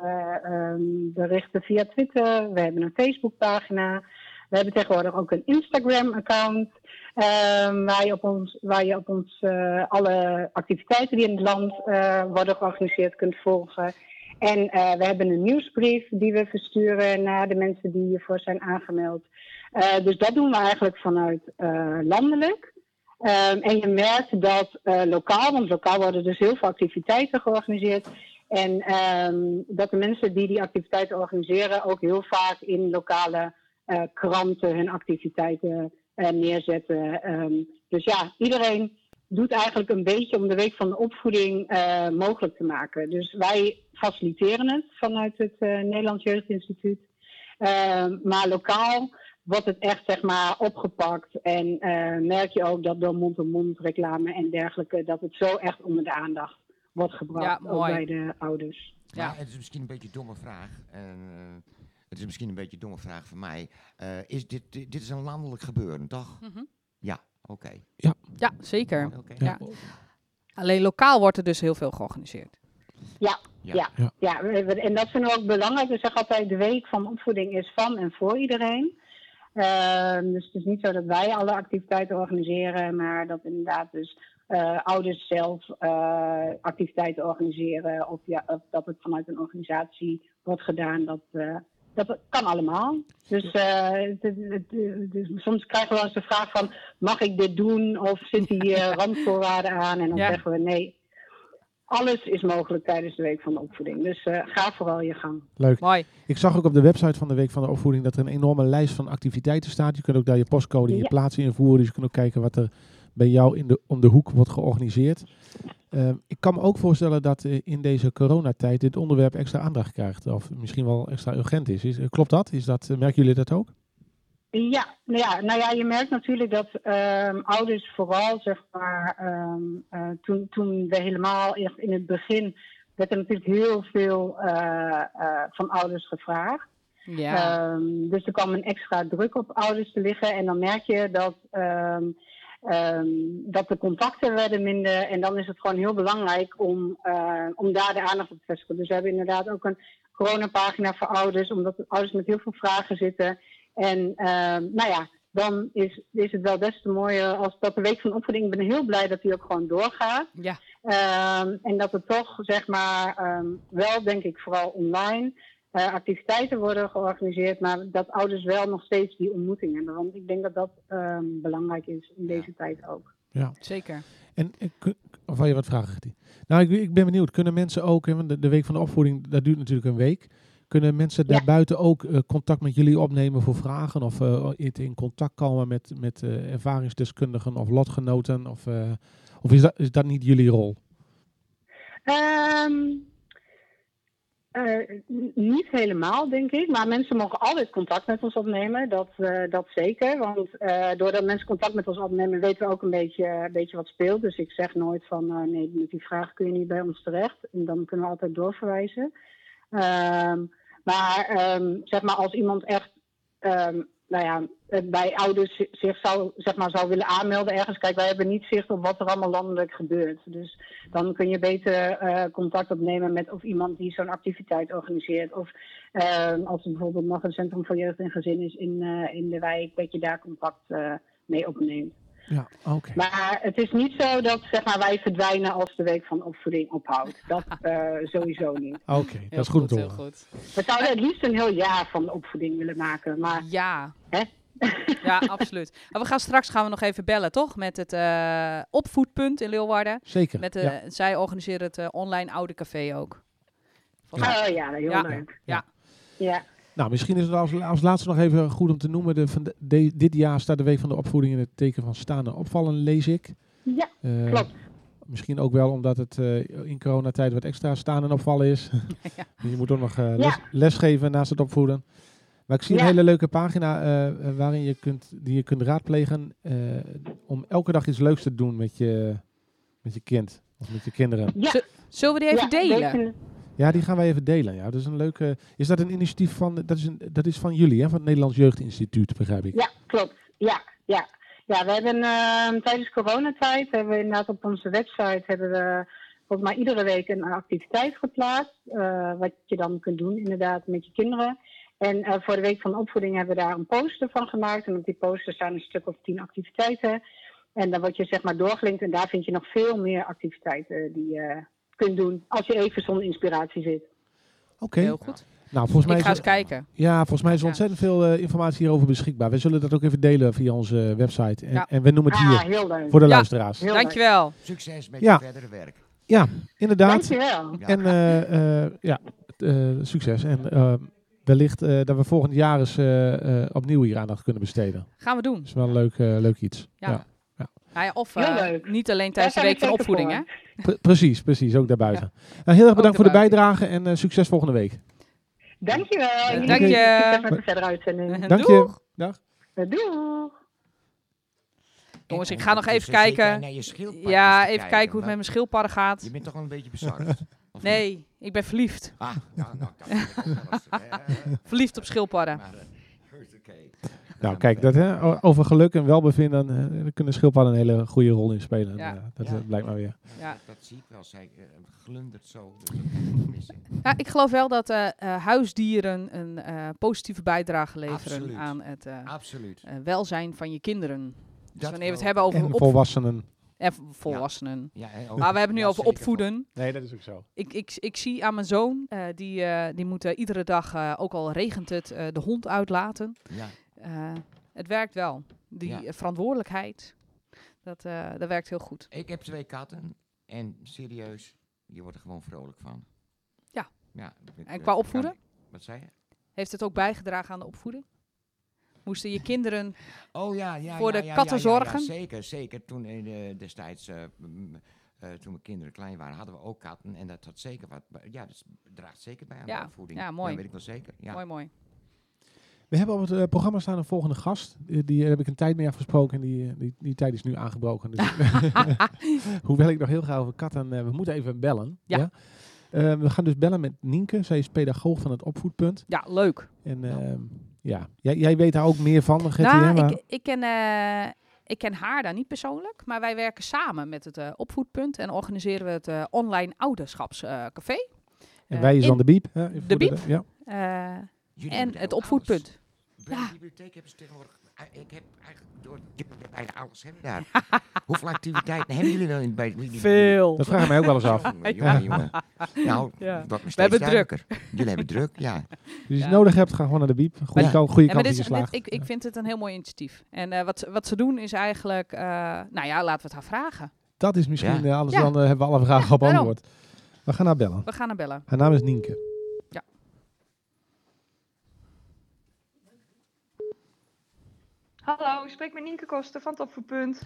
Speaker 5: we ehm, berichten via Twitter, we hebben een Facebookpagina. We hebben tegenwoordig ook een Instagram-account. ehm, waar je op ons, waar je op ons eh, alle activiteiten die in het land eh, worden georganiseerd kunt volgen. En eh, we hebben een nieuwsbrief die we versturen naar de mensen die hiervoor zijn aangemeld. Eh, dus dat doen we eigenlijk vanuit eh, landelijk. Ehm, en je merkt dat eh, lokaal, want lokaal worden dus heel veel activiteiten georganiseerd. En ehm, dat de mensen die die activiteiten organiseren ook heel vaak in lokale eh, kranten hun activiteiten eh, neerzetten. Ehm, dus ja, iedereen doet eigenlijk een beetje om de week van de opvoeding eh, mogelijk te maken. Dus wij faciliteren het vanuit het eh, Nederlands Jeugdinstituut. Ehm, maar lokaal wordt het echt zeg maar opgepakt. En eh, merk je ook dat door mond-to-mond reclame en dergelijke, dat het zo echt onder de aandacht wordt gebracht.
Speaker 3: Ja,
Speaker 5: ook
Speaker 3: mooi.
Speaker 5: bij de ouders.
Speaker 3: Ja.
Speaker 4: Maar het is misschien een beetje een domme vraag. En, eh, het is misschien een beetje een domme vraag van mij. Eh, is dit, dit, dit is een landelijk gebeuren, toch?
Speaker 3: Mhm.
Speaker 4: Ja, oké.
Speaker 3: ja, zeker.
Speaker 4: Oké.
Speaker 3: Ja. Alleen lokaal wordt er dus heel veel georganiseerd.
Speaker 5: Ja, we- we- en dat vinden we ook belangrijk. We zeggen altijd, de week van opvoeding is van en voor iedereen. Ehm, dus het is niet zo dat wij alle activiteiten organiseren, maar dat inderdaad dus eh, ouders zelf eh, activiteiten organiseren. Of, ja, of dat het vanuit een organisatie wordt gedaan. Dat, eh, dat kan allemaal. Dus eh, het- het- het- het is- soms krijgen we wel eens de vraag van... mag ik dit doen? Of zit hier eh, randvoorwaarden aan? En dan
Speaker 3: Ja.
Speaker 5: zeggen we nee. Alles is mogelijk tijdens de week van de opvoeding. Dus eh, ga vooral je gang.
Speaker 2: Leuk.
Speaker 3: Mooi.
Speaker 2: Ik zag ook op de website van de Week van de Opvoeding dat er een enorme lijst van activiteiten staat. Je kunt ook daar je postcode en je
Speaker 5: Ja.
Speaker 2: plaats invoeren. Dus je kunt ook kijken wat er bij jou in de, om de hoek wordt georganiseerd. Ehm, ik kan me ook voorstellen dat eh, in deze coronatijd dit onderwerp extra aandacht krijgt. Of misschien wel extra urgent is. is eh, klopt dat? Is dat eh, merken jullie dat ook?
Speaker 5: Ja, nou ja, nou ja, je merkt natuurlijk dat ehm, ouders vooral, zeg maar, ehm, eh, toen, toen we helemaal echt in het begin, werd er natuurlijk heel veel eh, eh, van ouders gevraagd.
Speaker 3: Ja.
Speaker 5: Ehm, dus er kwam een extra druk op ouders te liggen. En dan merk je dat, ehm, ehm, dat de contacten werden minder. En dan is het gewoon heel belangrijk om, eh, om daar de aandacht op te vestigen. Dus we hebben inderdaad ook een coronapagina voor ouders. Omdat de ouders met heel veel vragen zitten. En ehm, nou ja, dan is, is het wel best mooi als dat de week van opvoeding. Ik ben heel blij dat die ook gewoon doorgaat.
Speaker 3: ja.
Speaker 5: Ehm, en dat er toch, zeg maar, ehm, wel denk ik vooral online eh, activiteiten worden georganiseerd, maar dat ouders wel nog steeds die ontmoeting hebben. Want ik denk dat dat ehm, belangrijk is in deze tijd ook.
Speaker 3: Zeker.
Speaker 2: En, eh, kun- of wil je wat vragen? Gertie? Nou, ik, ik ben benieuwd. Kunnen mensen ook, hè, want de, de Week van de Opvoeding, dat duurt natuurlijk een week. Kunnen mensen
Speaker 5: Ja.
Speaker 2: daarbuiten ook eh, contact met jullie opnemen voor vragen? Of eh, in, in contact komen met, met eh, ervaringsdeskundigen of lotgenoten? Of, eh, of is, dat, is dat niet jullie rol?
Speaker 5: Ehm, eh, n- niet helemaal, denk ik. Maar mensen mogen altijd contact met ons opnemen. Dat, eh, dat zeker. Want eh, doordat mensen contact met ons opnemen, weten we ook een beetje, een beetje wat speelt. Dus ik zeg nooit van eh, nee, met die vraag kun je niet bij ons terecht. En dan kunnen we altijd doorverwijzen. Ehm, maar ehm, zeg maar, als iemand echt ehm, nou ja, eh, bij ouders zi- zich zou, zeg maar, zou willen aanmelden ergens. Kijk, wij hebben niet zicht op wat er allemaal landelijk gebeurt. Dus dan kun je beter eh, contact opnemen met of iemand die zo'n activiteit organiseert. Of ehm, als er bijvoorbeeld nog een centrum voor jeugd en gezin is in, eh, in de wijk, dat je daar contact eh, mee opneemt.
Speaker 2: Ja, oké.
Speaker 5: Maar het is niet zo dat zeg maar, wij verdwijnen als de week van opvoeding ophoudt. Dat eh, sowieso niet.
Speaker 2: Oké, dat
Speaker 3: Heel
Speaker 2: is goed om te
Speaker 3: Heel
Speaker 2: horen.
Speaker 3: goed.
Speaker 5: We zouden het liefst een heel jaar van de opvoeding willen maken. Maar
Speaker 3: Ja.
Speaker 5: Hè?
Speaker 3: Ja, absoluut. Maar we gaan straks gaan we nog even bellen, toch? Met het eh, opvoedpunt in Leeuwarden.
Speaker 2: Zeker.
Speaker 3: Met de,
Speaker 2: ja.
Speaker 3: Zij organiseren het eh, online oude café ook. Volgens mij-
Speaker 5: oh ja, heel
Speaker 3: Ja.
Speaker 5: leuk.
Speaker 3: Ja.
Speaker 5: Ja.
Speaker 2: Nou, misschien is het als, als laatste nog even goed om te noemen. De, van de- de- dit jaar staat de Week van de Opvoeding in het teken van staan en opvallen, lees ik.
Speaker 5: ja.
Speaker 2: Eh,
Speaker 5: Klopt.
Speaker 2: Misschien ook wel omdat het eh, in coronatijd wat extra staan en opvallen is. Dus Je moet ook nog eh, les, lesgeven naast het opvoeden. Maar ik zie een
Speaker 5: Ja.
Speaker 2: hele leuke pagina eh, eh, waarin je kunt, die je kunt raadplegen eh, om elke dag iets leuks te doen met je, met je kind of met je kinderen.
Speaker 5: Ja.
Speaker 3: Zullen we die even
Speaker 5: Ja,
Speaker 3: delen?
Speaker 5: deze-
Speaker 2: Ja, die gaan wij even delen. Ja. Dat is, een leuke, is dat een initiatief van, dat is, een, dat is van jullie, hè? van het Nederlands Jeugdinstituut, begrijp ik.
Speaker 5: Ja, klopt. Ja, ja. Ja, we hebben ehm, tijdens coronatijd hebben we inderdaad op onze website hebben we volgens mij iedere week een activiteit geplaatst. eh, wat je dan kunt doen inderdaad met je kinderen. En eh, voor de week van opvoeding hebben we daar een poster van gemaakt. En op die poster staan een stuk of tien activiteiten. En dan word je zeg maar doorgelinkt en daar vind je nog veel meer activiteiten die je kunt doen als je even zonder inspiratie zit.
Speaker 2: Oké.
Speaker 3: Heel goed.
Speaker 2: Nou, volgens mij
Speaker 3: Ik
Speaker 2: is
Speaker 3: ga
Speaker 2: het-
Speaker 3: eens kijken.
Speaker 2: Ja, volgens mij is
Speaker 3: Ja.
Speaker 2: ontzettend veel eh, informatie hierover beschikbaar. We zullen dat ook even delen via onze eh, website. En,
Speaker 3: Ja.
Speaker 2: en we noemen het
Speaker 5: Ah,
Speaker 2: hier
Speaker 5: heel leuk.
Speaker 2: voor de
Speaker 3: Ja.
Speaker 2: luisteraars.
Speaker 5: Heel leuk.
Speaker 3: Dankjewel.
Speaker 4: Succes met
Speaker 2: Ja.
Speaker 4: je verdere werk.
Speaker 2: Ja, inderdaad.
Speaker 5: Dankjewel.
Speaker 4: Ja.
Speaker 2: En eh, eh, ja, eh, succes. En eh, wellicht eh, dat we volgend jaar eens eh, eh, opnieuw hier aandacht kunnen besteden.
Speaker 3: Gaan we doen.
Speaker 2: Dat is wel een leuk, eh, leuk iets.
Speaker 3: Ja. Nou ja, of
Speaker 5: Heel
Speaker 3: eh,
Speaker 5: leuk.
Speaker 3: niet alleen tijdens de
Speaker 5: Daar
Speaker 3: week
Speaker 5: ga
Speaker 3: van
Speaker 5: ik zeker
Speaker 3: opvoeding,
Speaker 5: voor.
Speaker 3: hè?
Speaker 2: Pre- precies, precies. Ook daarbuiten. Nou, heel erg bedankt voor de
Speaker 3: daarbuiten.
Speaker 2: bijdrage en eh, succes volgende week.
Speaker 5: Dankjewel. Jullie
Speaker 3: dank
Speaker 5: ook
Speaker 3: je.
Speaker 5: Succes met de verdere uitzending.
Speaker 2: Dank
Speaker 3: Doeg.
Speaker 2: je. Dag.
Speaker 5: Doeg.
Speaker 3: Jongens,
Speaker 4: En
Speaker 3: ik ga nog even
Speaker 4: ondertussen zit jij
Speaker 3: kijken.
Speaker 4: naar je schildpadjes
Speaker 3: Ja,
Speaker 4: te
Speaker 3: even kijken hoe het met
Speaker 4: maar
Speaker 3: mijn schildpadden gaat.
Speaker 4: Je bent toch wel een beetje bezorgd? of niet?
Speaker 3: Nee, ik ben verliefd.
Speaker 4: Ah, nou, nou, dat vind ik wel lastig, hè.
Speaker 3: Verliefd op schildpadden.
Speaker 4: Maar, eh, goed, oké.
Speaker 2: Nou,
Speaker 3: eh,
Speaker 2: kijk, dat, hè, o- over geluk en welbevinden eh, daar kunnen schildpadden een hele goede rol in spelen.
Speaker 3: Ja.
Speaker 2: Eh, dat
Speaker 4: Ja.
Speaker 2: eh, blijkt maar weer.
Speaker 3: Ja.
Speaker 4: Dat, dat zie ik wel. Zij eh, glundert zo. Dus dat kan ik niet missen.
Speaker 3: Ja, ik geloof wel dat eh, eh, huisdieren een eh, positieve bijdrage leveren
Speaker 4: Absoluut.
Speaker 3: aan het eh,
Speaker 4: Absoluut.
Speaker 3: eh, welzijn van je kinderen. Dus
Speaker 4: Dat
Speaker 3: wanneer we het
Speaker 4: geloof ik.
Speaker 3: hebben over
Speaker 2: En
Speaker 3: opvoeding
Speaker 2: volwassenen.
Speaker 3: En v- volwassenen.
Speaker 4: Ja, hè, ook.
Speaker 3: Maar we hebben nu
Speaker 4: Ja,
Speaker 3: over
Speaker 4: zeker.
Speaker 3: opvoeden.
Speaker 2: Nee, dat is ook zo.
Speaker 3: Ik, ik, ik zie aan mijn zoon, eh, die, eh, die moet eh, iedere dag, eh, ook al regent het, eh, de hond uitlaten.
Speaker 4: Ja.
Speaker 3: Eh, het werkt wel. Die
Speaker 4: Ja.
Speaker 3: eh, verantwoordelijkheid, dat, eh, dat werkt heel goed.
Speaker 4: Ik heb twee katten en serieus, je wordt er gewoon vrolijk van.
Speaker 3: Ja.
Speaker 4: ja ik-
Speaker 3: En
Speaker 4: ik
Speaker 3: qua
Speaker 4: kan-
Speaker 3: opvoeden?
Speaker 4: Wat zei je?
Speaker 3: Heeft het ook bijgedragen aan de opvoeding? Moesten je kinderen...
Speaker 4: Oh ja, ja.
Speaker 3: Voor
Speaker 4: ja,
Speaker 3: de
Speaker 4: ja, ja,
Speaker 3: katten
Speaker 4: ja, ja,
Speaker 3: zorgen?
Speaker 4: zeker, zeker. Toen eh, de- destijds, eh, m, eh, toen mijn kinderen klein waren, hadden we ook katten. En dat had zeker wat. bij- Ja, dat draagt zeker bij aan
Speaker 3: Ja,
Speaker 4: de opvoeding.
Speaker 3: ja, mooi.
Speaker 4: Dat weet ik wel zeker. Ja.
Speaker 3: Mooi, mooi.
Speaker 2: We hebben op het eh, programma staan een volgende gast. Eh, Die, eh, heb ik een tijd mee afgesproken en die, eh, die, die tijd is nu aangebroken. Dus Hoewel ik nog heel graag over katten... eh, we moeten even bellen.
Speaker 3: Ja.
Speaker 2: Eh, we gaan dus bellen met Nienke. Zij is pedagoog van het opvoedpunt.
Speaker 3: Ja, leuk.
Speaker 2: En ehm, ja, jij, jij weet daar ook meer van, Gertie. hè,
Speaker 3: Nou,
Speaker 2: maar-
Speaker 3: ik, ik, ken, eh, ik ken haar dan niet persoonlijk, maar wij werken samen met het eh, opvoedpunt en organiseren we het eh, online ouderschapscafé.
Speaker 2: en
Speaker 3: eh,
Speaker 2: wij is dan
Speaker 3: in-
Speaker 2: de biep. hè, voor
Speaker 3: Biep?
Speaker 2: ja.
Speaker 4: Jullie hebben
Speaker 3: eh, en
Speaker 4: daar
Speaker 3: het
Speaker 4: ook
Speaker 3: opvoedpunt.
Speaker 4: alles. Bij
Speaker 3: Ja.
Speaker 4: de bibliotheek hebben ze tegenwoordig. eh, Ik heb eigenlijk door jullie hebben bijna alles hebben daar. Hoeveel activiteiten hebben jullie wel in bij jullie?
Speaker 2: Dat vraag ik mij ook wel eens af.
Speaker 4: Jongen, jongen, jongen. Nou,
Speaker 3: Ja.
Speaker 4: dat wordt me steeds
Speaker 3: hebben druk.
Speaker 4: duidelijker. Jullie hebben druk, ja.
Speaker 2: Dus als je
Speaker 3: Ja.
Speaker 2: nodig hebt, ga gewoon naar de biep. Goede
Speaker 4: Ja.
Speaker 2: kant, goede
Speaker 3: Ja, maar
Speaker 2: kant
Speaker 3: dit
Speaker 2: is
Speaker 3: is, dit-
Speaker 2: geslaagd.
Speaker 3: ik, ik vind het een heel mooi initiatief. En eh, wat, ze- wat ze doen is eigenlijk, eh, nou ja, laten we het haar vragen.
Speaker 2: Dat is misschien eh, alles,
Speaker 3: Ja.
Speaker 2: dan eh, hebben we alle vragen op
Speaker 3: daarom.
Speaker 2: antwoord. We gaan haar bellen.
Speaker 3: We gaan haar bellen.
Speaker 2: Haar naam is Nienke.
Speaker 6: Hallo, ik spreek met Nienke Koster van Topvoetpunt.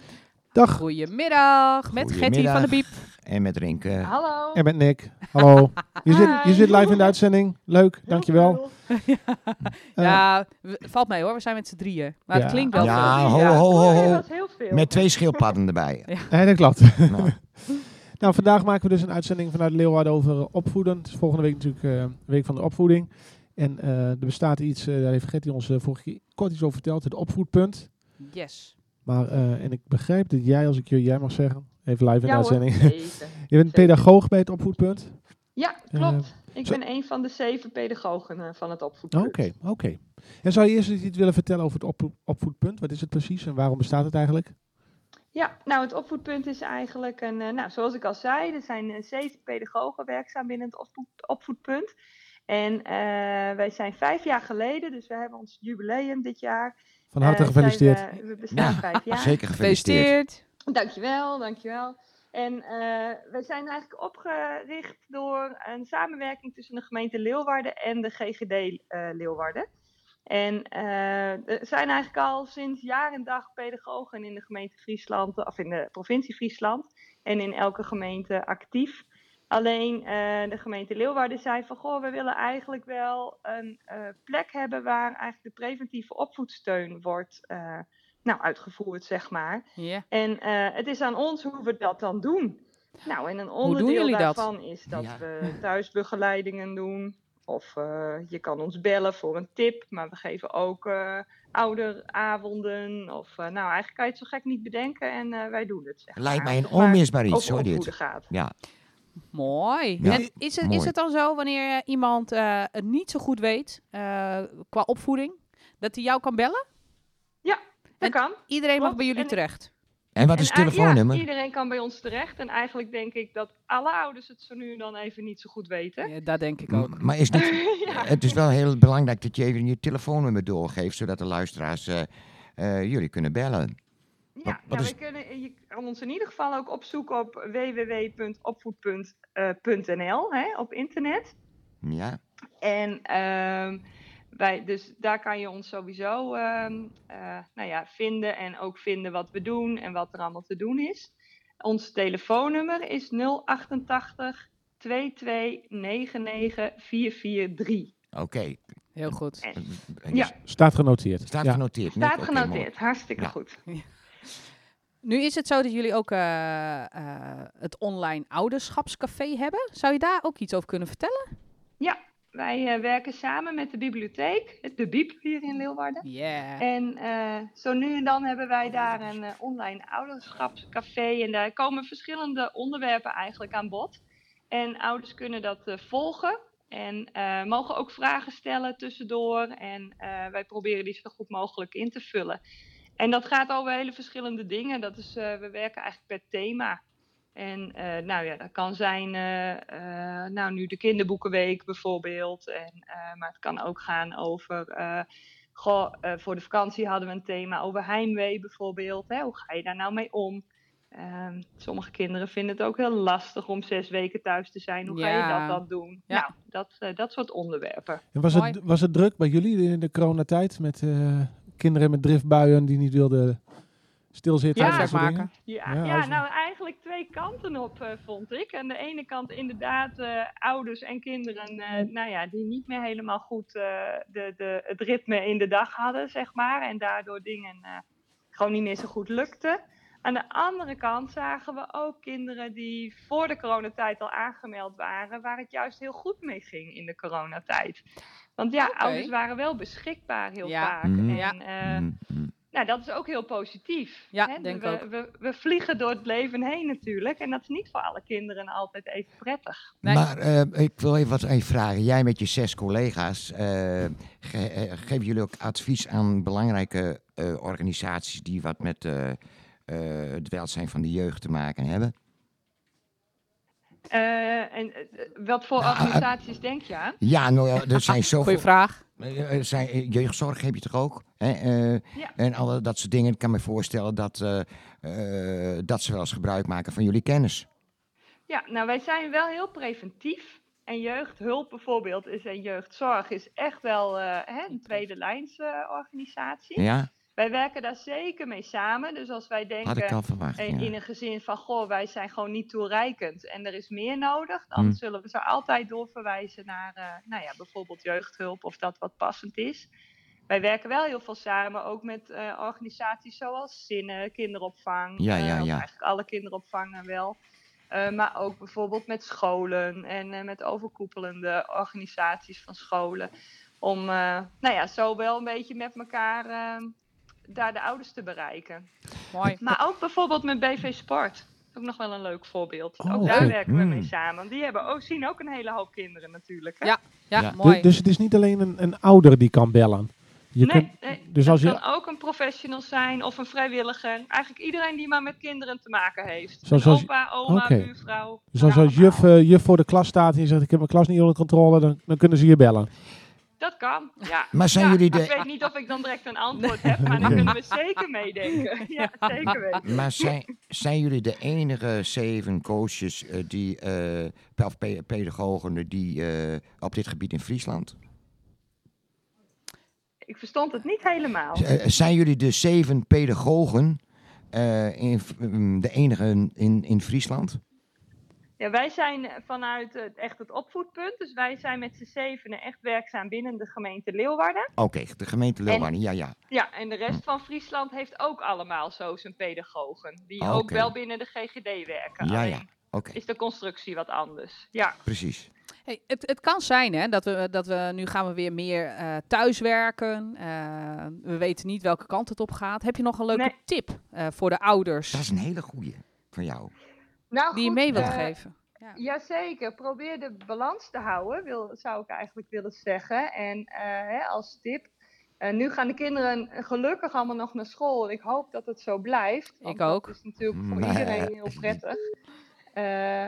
Speaker 2: Dag,
Speaker 3: Goedemiddag, met Gertie van de
Speaker 4: Goedemiddag.
Speaker 3: Biep.
Speaker 4: En met
Speaker 3: Ah,
Speaker 4: Rinke.
Speaker 6: Hallo.
Speaker 2: en met Nick. Hallo. Je zit, je
Speaker 6: Hi.
Speaker 2: zit live in de uitzending. Leuk, dankjewel. Eh,
Speaker 3: ja, we- valt mij hoor, we zijn met z'n drieën. Maar
Speaker 2: Ja.
Speaker 3: het klinkt wel
Speaker 4: Ja,
Speaker 3: veel.
Speaker 4: ho, ho, ho,
Speaker 6: Ja,
Speaker 4: ho.
Speaker 6: Dat is heel veel.
Speaker 4: Met twee schildpadden erbij.
Speaker 2: eh, dat klopt.
Speaker 4: Nou,
Speaker 2: Nou, vandaag maken we dus een uitzending vanuit Leeuwarden over eh, opvoeden. Het is volgende week natuurlijk eh, Week van de Opvoeding. En eh, er bestaat iets, eh, daar heeft Gertie ons eh, vorige keer kort iets over verteld, het opvoedpunt.
Speaker 3: Yes.
Speaker 2: Maar, eh, en ik begrijp dat jij, als ik je jij mag zeggen, even live in de
Speaker 6: Ja hoor,
Speaker 2: uitzending.
Speaker 6: zeker.
Speaker 2: Je bent pedagoog bij het opvoedpunt?
Speaker 6: Ja,
Speaker 2: Eh,
Speaker 6: klopt. Ik
Speaker 2: zo-
Speaker 6: ben een van de zeven pedagogen eh, van het
Speaker 2: Oké,
Speaker 6: Opvoedpunt.
Speaker 2: oké. En zou je eerst eens iets willen vertellen over het opvo- opvoedpunt? Wat is het precies en waarom bestaat het eigenlijk?
Speaker 6: Ja, nou het opvoedpunt is eigenlijk een, eh, nou zoals ik al zei, er zijn eh, zeven pedagogen werkzaam binnen het opvoed- opvoedpunt. En eh, wij zijn vijf jaar geleden, dus we hebben ons jubileum dit jaar.
Speaker 2: Van harte
Speaker 6: eh,
Speaker 2: gefeliciteerd.
Speaker 6: zijn we, we bestaan
Speaker 4: Ja,
Speaker 6: vijf jaar.
Speaker 4: Zeker gefeliciteerd.
Speaker 3: Gefeliciteerd.
Speaker 6: Dankjewel, dankjewel. En eh we zijn eigenlijk opgericht door een samenwerking tussen de gemeente Leeuwarden en de GGD eh, Leeuwarden. En eh, er zijn eigenlijk al sinds jaar en dag pedagogen in de gemeente Friesland, of in de provincie Friesland en in elke gemeente actief. Alleen eh, de gemeente Leeuwarden zei van goh, we willen eigenlijk wel een eh, plek hebben waar eigenlijk de preventieve opvoedsteun wordt eh, nou, uitgevoerd, zeg maar.
Speaker 3: Ja.
Speaker 6: En eh, het is aan ons hoe we dat dan doen. Nou, en een
Speaker 3: jullie
Speaker 6: onderdeel
Speaker 3: dat?
Speaker 6: daarvan is dat
Speaker 4: Ja.
Speaker 6: we thuisbegeleidingen doen. Of eh, je kan ons bellen voor een tip. Maar we geven ook eh, ouderavonden. Of, eh, nou, eigenlijk kan je het zo gek niet bedenken. En eh, wij doen het, zeg
Speaker 4: Lijkt
Speaker 6: maar.
Speaker 4: mij een
Speaker 6: Waar
Speaker 4: onmisbaar
Speaker 6: het
Speaker 4: iets,
Speaker 6: over
Speaker 4: hoor,
Speaker 6: opvoeden
Speaker 4: dit.
Speaker 6: gaat.
Speaker 4: Ja,
Speaker 3: Mooi.
Speaker 4: Ja,
Speaker 3: En is het, is
Speaker 4: mooi.
Speaker 3: het dan zo wanneer eh, iemand eh, het niet zo goed weet eh, qua opvoeding, dat hij jou kan bellen?
Speaker 6: Dat kan.
Speaker 3: Iedereen mag
Speaker 6: Klopt,
Speaker 3: bij jullie
Speaker 6: en-
Speaker 3: terecht.
Speaker 4: en wat is het
Speaker 6: En ah, eigenlijk- ja,
Speaker 4: telefoonnummer?
Speaker 6: iedereen kan bij ons terecht. En eigenlijk denk ik dat alle ouders het zo nu en dan even niet zo goed weten.
Speaker 3: Ja, dat denk ik ook.
Speaker 4: M- Maar is niet,
Speaker 6: ja.
Speaker 4: het is wel heel belangrijk dat je even je telefoonnummer doorgeeft, zodat de luisteraars eh, eh, jullie kunnen bellen.
Speaker 6: Ja,
Speaker 4: Wat- wat
Speaker 6: nou,
Speaker 4: is-
Speaker 6: we kunnen, je kan ons in ieder geval ook opzoeken op eh, www.opvoed.nl hè, op internet.
Speaker 4: Ja,
Speaker 6: En ehm, wij, dus daar kan je ons sowieso ehm, eh, nou ja, vinden en ook vinden wat we doen en wat er allemaal te doen is. Ons telefoonnummer is 088 2299 443.
Speaker 4: oké.
Speaker 3: Heel goed.
Speaker 6: Ja,
Speaker 2: Staat genoteerd.
Speaker 4: Staat
Speaker 2: Ja.
Speaker 4: genoteerd.
Speaker 6: staat
Speaker 4: Nick? Oké, mooi.
Speaker 6: genoteerd. Hartstikke
Speaker 4: Ja.
Speaker 6: goed.
Speaker 3: Nu is het zo dat jullie ook eh, eh, het online ouderschapscafé hebben. Zou je daar ook iets over kunnen vertellen?
Speaker 6: Wij eh, werken samen met de bibliotheek, de BIEB hier in Leeuwarden.
Speaker 3: Yeah.
Speaker 6: En eh, zo nu en dan hebben wij daar een eh, online ouderschapscafé. En daar komen verschillende onderwerpen eigenlijk aan bod. En ouders kunnen dat eh, volgen. En eh, mogen ook vragen stellen tussendoor. En eh, wij proberen die zo goed mogelijk in te vullen. En dat gaat over hele verschillende dingen. Dat is, eh, we werken eigenlijk per thema. En eh, nou ja, dat kan zijn, eh, eh, nou nu de kinderboekenweek bijvoorbeeld. En, eh, maar het kan ook gaan over, eh, goh, eh, voor de vakantie hadden we een thema over heimwee bijvoorbeeld. Hè? Hoe ga je daar nou mee om? Ehm, sommige kinderen vinden het ook heel lastig om zes weken thuis te zijn. Hoe ga je
Speaker 3: Ja.
Speaker 6: dat dan doen?
Speaker 3: Ja.
Speaker 6: Nou, dat, eh, dat soort onderwerpen.
Speaker 2: En was
Speaker 3: Mooi.
Speaker 2: het, was het druk bij jullie in de coronatijd met eh, kinderen met driftbuien die niet wilden stilzitten?
Speaker 6: Ja,
Speaker 2: en dat soort
Speaker 3: maken.
Speaker 2: dingen?
Speaker 6: Ja,
Speaker 2: Ja,
Speaker 6: ja,
Speaker 2: als je-
Speaker 6: nou eigenlijk twee kanten op eh, vond ik. Aan de ene kant inderdaad eh, ouders en kinderen eh, nou ja, die niet meer helemaal goed eh, de, de, het ritme in de dag hadden, zeg maar. En daardoor dingen eh, gewoon niet meer zo goed lukten. Aan de andere kant zagen we ook kinderen die voor de coronatijd al aangemeld waren, waar het juist heel goed mee ging in de coronatijd. Want ja,
Speaker 3: Oké.
Speaker 6: ouders waren wel beschikbaar heel
Speaker 3: Ja.
Speaker 6: vaak.
Speaker 4: Mhm.
Speaker 6: En,
Speaker 3: Ja.
Speaker 6: eh,
Speaker 4: Mm, mm.
Speaker 6: nou, dat is ook heel positief.
Speaker 3: Ja,
Speaker 6: hè?
Speaker 3: denk
Speaker 6: we,
Speaker 3: ook.
Speaker 6: We, we vliegen door het leven heen natuurlijk. En dat is niet voor alle kinderen altijd even prettig.
Speaker 3: Nee.
Speaker 4: Maar eh, ik wil even wat aan je vragen. Jij met je zes collega's, eh, ge- eh, geven jullie ook advies aan belangrijke eh, organisaties die wat met eh, eh, het welzijn van de jeugd te maken hebben?
Speaker 6: Eh, en eh, wat voor
Speaker 4: Nou, eh,
Speaker 6: organisaties denk je aan?
Speaker 4: Ja, nou, ja, er zijn
Speaker 3: Goeie
Speaker 4: zoveel.
Speaker 3: vraag.
Speaker 4: Eh, eh, zijn, eh, jeugdzorg heb je toch ook? Hè? Eh,
Speaker 6: Ja.
Speaker 4: En al dat soort dingen. Ik kan me voorstellen dat, eh, eh, dat ze wel eens gebruik maken van jullie kennis.
Speaker 6: Ja, nou wij zijn wel heel preventief. En jeugdhulp bijvoorbeeld is, en jeugdzorg is echt wel eh, hè, een tweede lijns eh, organisatie.
Speaker 4: Ja,
Speaker 6: Wij werken daar zeker mee samen. Dus als wij
Speaker 4: had
Speaker 6: denken,
Speaker 4: ik al verwacht.
Speaker 6: in,
Speaker 4: ja.
Speaker 6: in een gezin van, goh, wij zijn gewoon niet toereikend en er is meer nodig, dan
Speaker 4: Hmm.
Speaker 6: zullen we ze altijd doorverwijzen naar, eh, nou ja, bijvoorbeeld jeugdhulp of dat wat passend is. Wij werken wel heel veel samen, ook met eh, organisaties zoals Zinnen, kinderopvang,
Speaker 4: Ja,
Speaker 6: eh,
Speaker 4: ja,
Speaker 6: of
Speaker 4: ja.
Speaker 6: eigenlijk alle kinderopvangen wel. Eh, maar ook bijvoorbeeld met scholen en eh, met overkoepelende organisaties van scholen. Om eh, nou ja, zo wel een beetje met elkaar eh, daar de ouders te bereiken.
Speaker 3: Mooi.
Speaker 6: Maar ook bijvoorbeeld met BV Sport. Ook nog wel een leuk voorbeeld.
Speaker 2: Oh,
Speaker 6: ook
Speaker 2: oké.
Speaker 6: daar werken we mee
Speaker 4: Hmm.
Speaker 6: samen. Want die hebben ook, zien ook een hele hoop kinderen natuurlijk. Hè?
Speaker 3: Ja, ja,
Speaker 4: Ja.
Speaker 3: mooi.
Speaker 2: Du- Dus het is niet alleen een, een ouder die kan bellen. Je
Speaker 6: nee,
Speaker 2: kunt,
Speaker 6: nee,
Speaker 2: dus als
Speaker 6: het
Speaker 2: je,
Speaker 6: kan ook een professional zijn of een vrijwilliger. Eigenlijk iedereen die maar met kinderen te maken heeft.
Speaker 2: Zoals-
Speaker 6: Een
Speaker 2: zoals-
Speaker 6: opa, oma,
Speaker 2: oké.
Speaker 6: buurvrouw. Nou,
Speaker 2: dus als, als
Speaker 6: allemaal.
Speaker 2: juf, eh, juf voor de klas staat en je zegt ik heb mijn klas niet onder controle, dan, dan kunnen ze je bellen.
Speaker 6: Dat kan, ja.
Speaker 4: Maar zijn
Speaker 6: Ja,
Speaker 4: jullie de-
Speaker 6: Ik weet niet of ik dan direct een antwoord heb, maar daar
Speaker 4: Oké.
Speaker 6: kunnen we zeker meedenken. Ja, zeker weten.
Speaker 4: Maar zijn, zijn jullie de enige zeven coaches eh, die, eh, pe- of pe- pedagogen die eh, op dit gebied in Friesland?
Speaker 6: Ik verstond het niet helemaal.
Speaker 4: Z- eh, zijn jullie de zeven pedagogen eh, in, F- mm, de enige in, in Friesland?
Speaker 6: Ja, wij zijn vanuit het, echt het opvoedpunt. Dus wij zijn met z'n zevenen echt werkzaam binnen de gemeente Leeuwarden.
Speaker 4: Oké, de gemeente Leeuwarden, ja, ja.
Speaker 6: Ja, en de rest van Friesland heeft ook allemaal zo zijn pedagogen. Die
Speaker 4: Ah,
Speaker 6: ook
Speaker 4: oké.
Speaker 6: wel binnen de GGD werken.
Speaker 4: Ja,
Speaker 6: Alleen
Speaker 4: ja, oké,
Speaker 6: Is de constructie wat anders? Ja,
Speaker 4: precies.
Speaker 3: Hey, het, het kan zijn hè, dat, we, dat we nu gaan we weer meer eh thuiswerken. Eh, we weten niet welke kant het op gaat. Heb je nog een leuke
Speaker 6: Nee.
Speaker 3: tip eh, voor de ouders
Speaker 4: Dat is een hele goeie van jou.
Speaker 6: nou,
Speaker 3: die je
Speaker 6: goed,
Speaker 3: mee wilt
Speaker 6: eh,
Speaker 3: geven?
Speaker 6: Jazeker, probeer de balans te houden, wil, zou ik eigenlijk willen zeggen. En eh, hè, als tip, eh, nu gaan de kinderen gelukkig allemaal nog naar school. Ik hoop dat het zo blijft. want
Speaker 3: ook.
Speaker 6: Dat is natuurlijk voor
Speaker 4: Nee.
Speaker 6: iedereen heel prettig. Eh,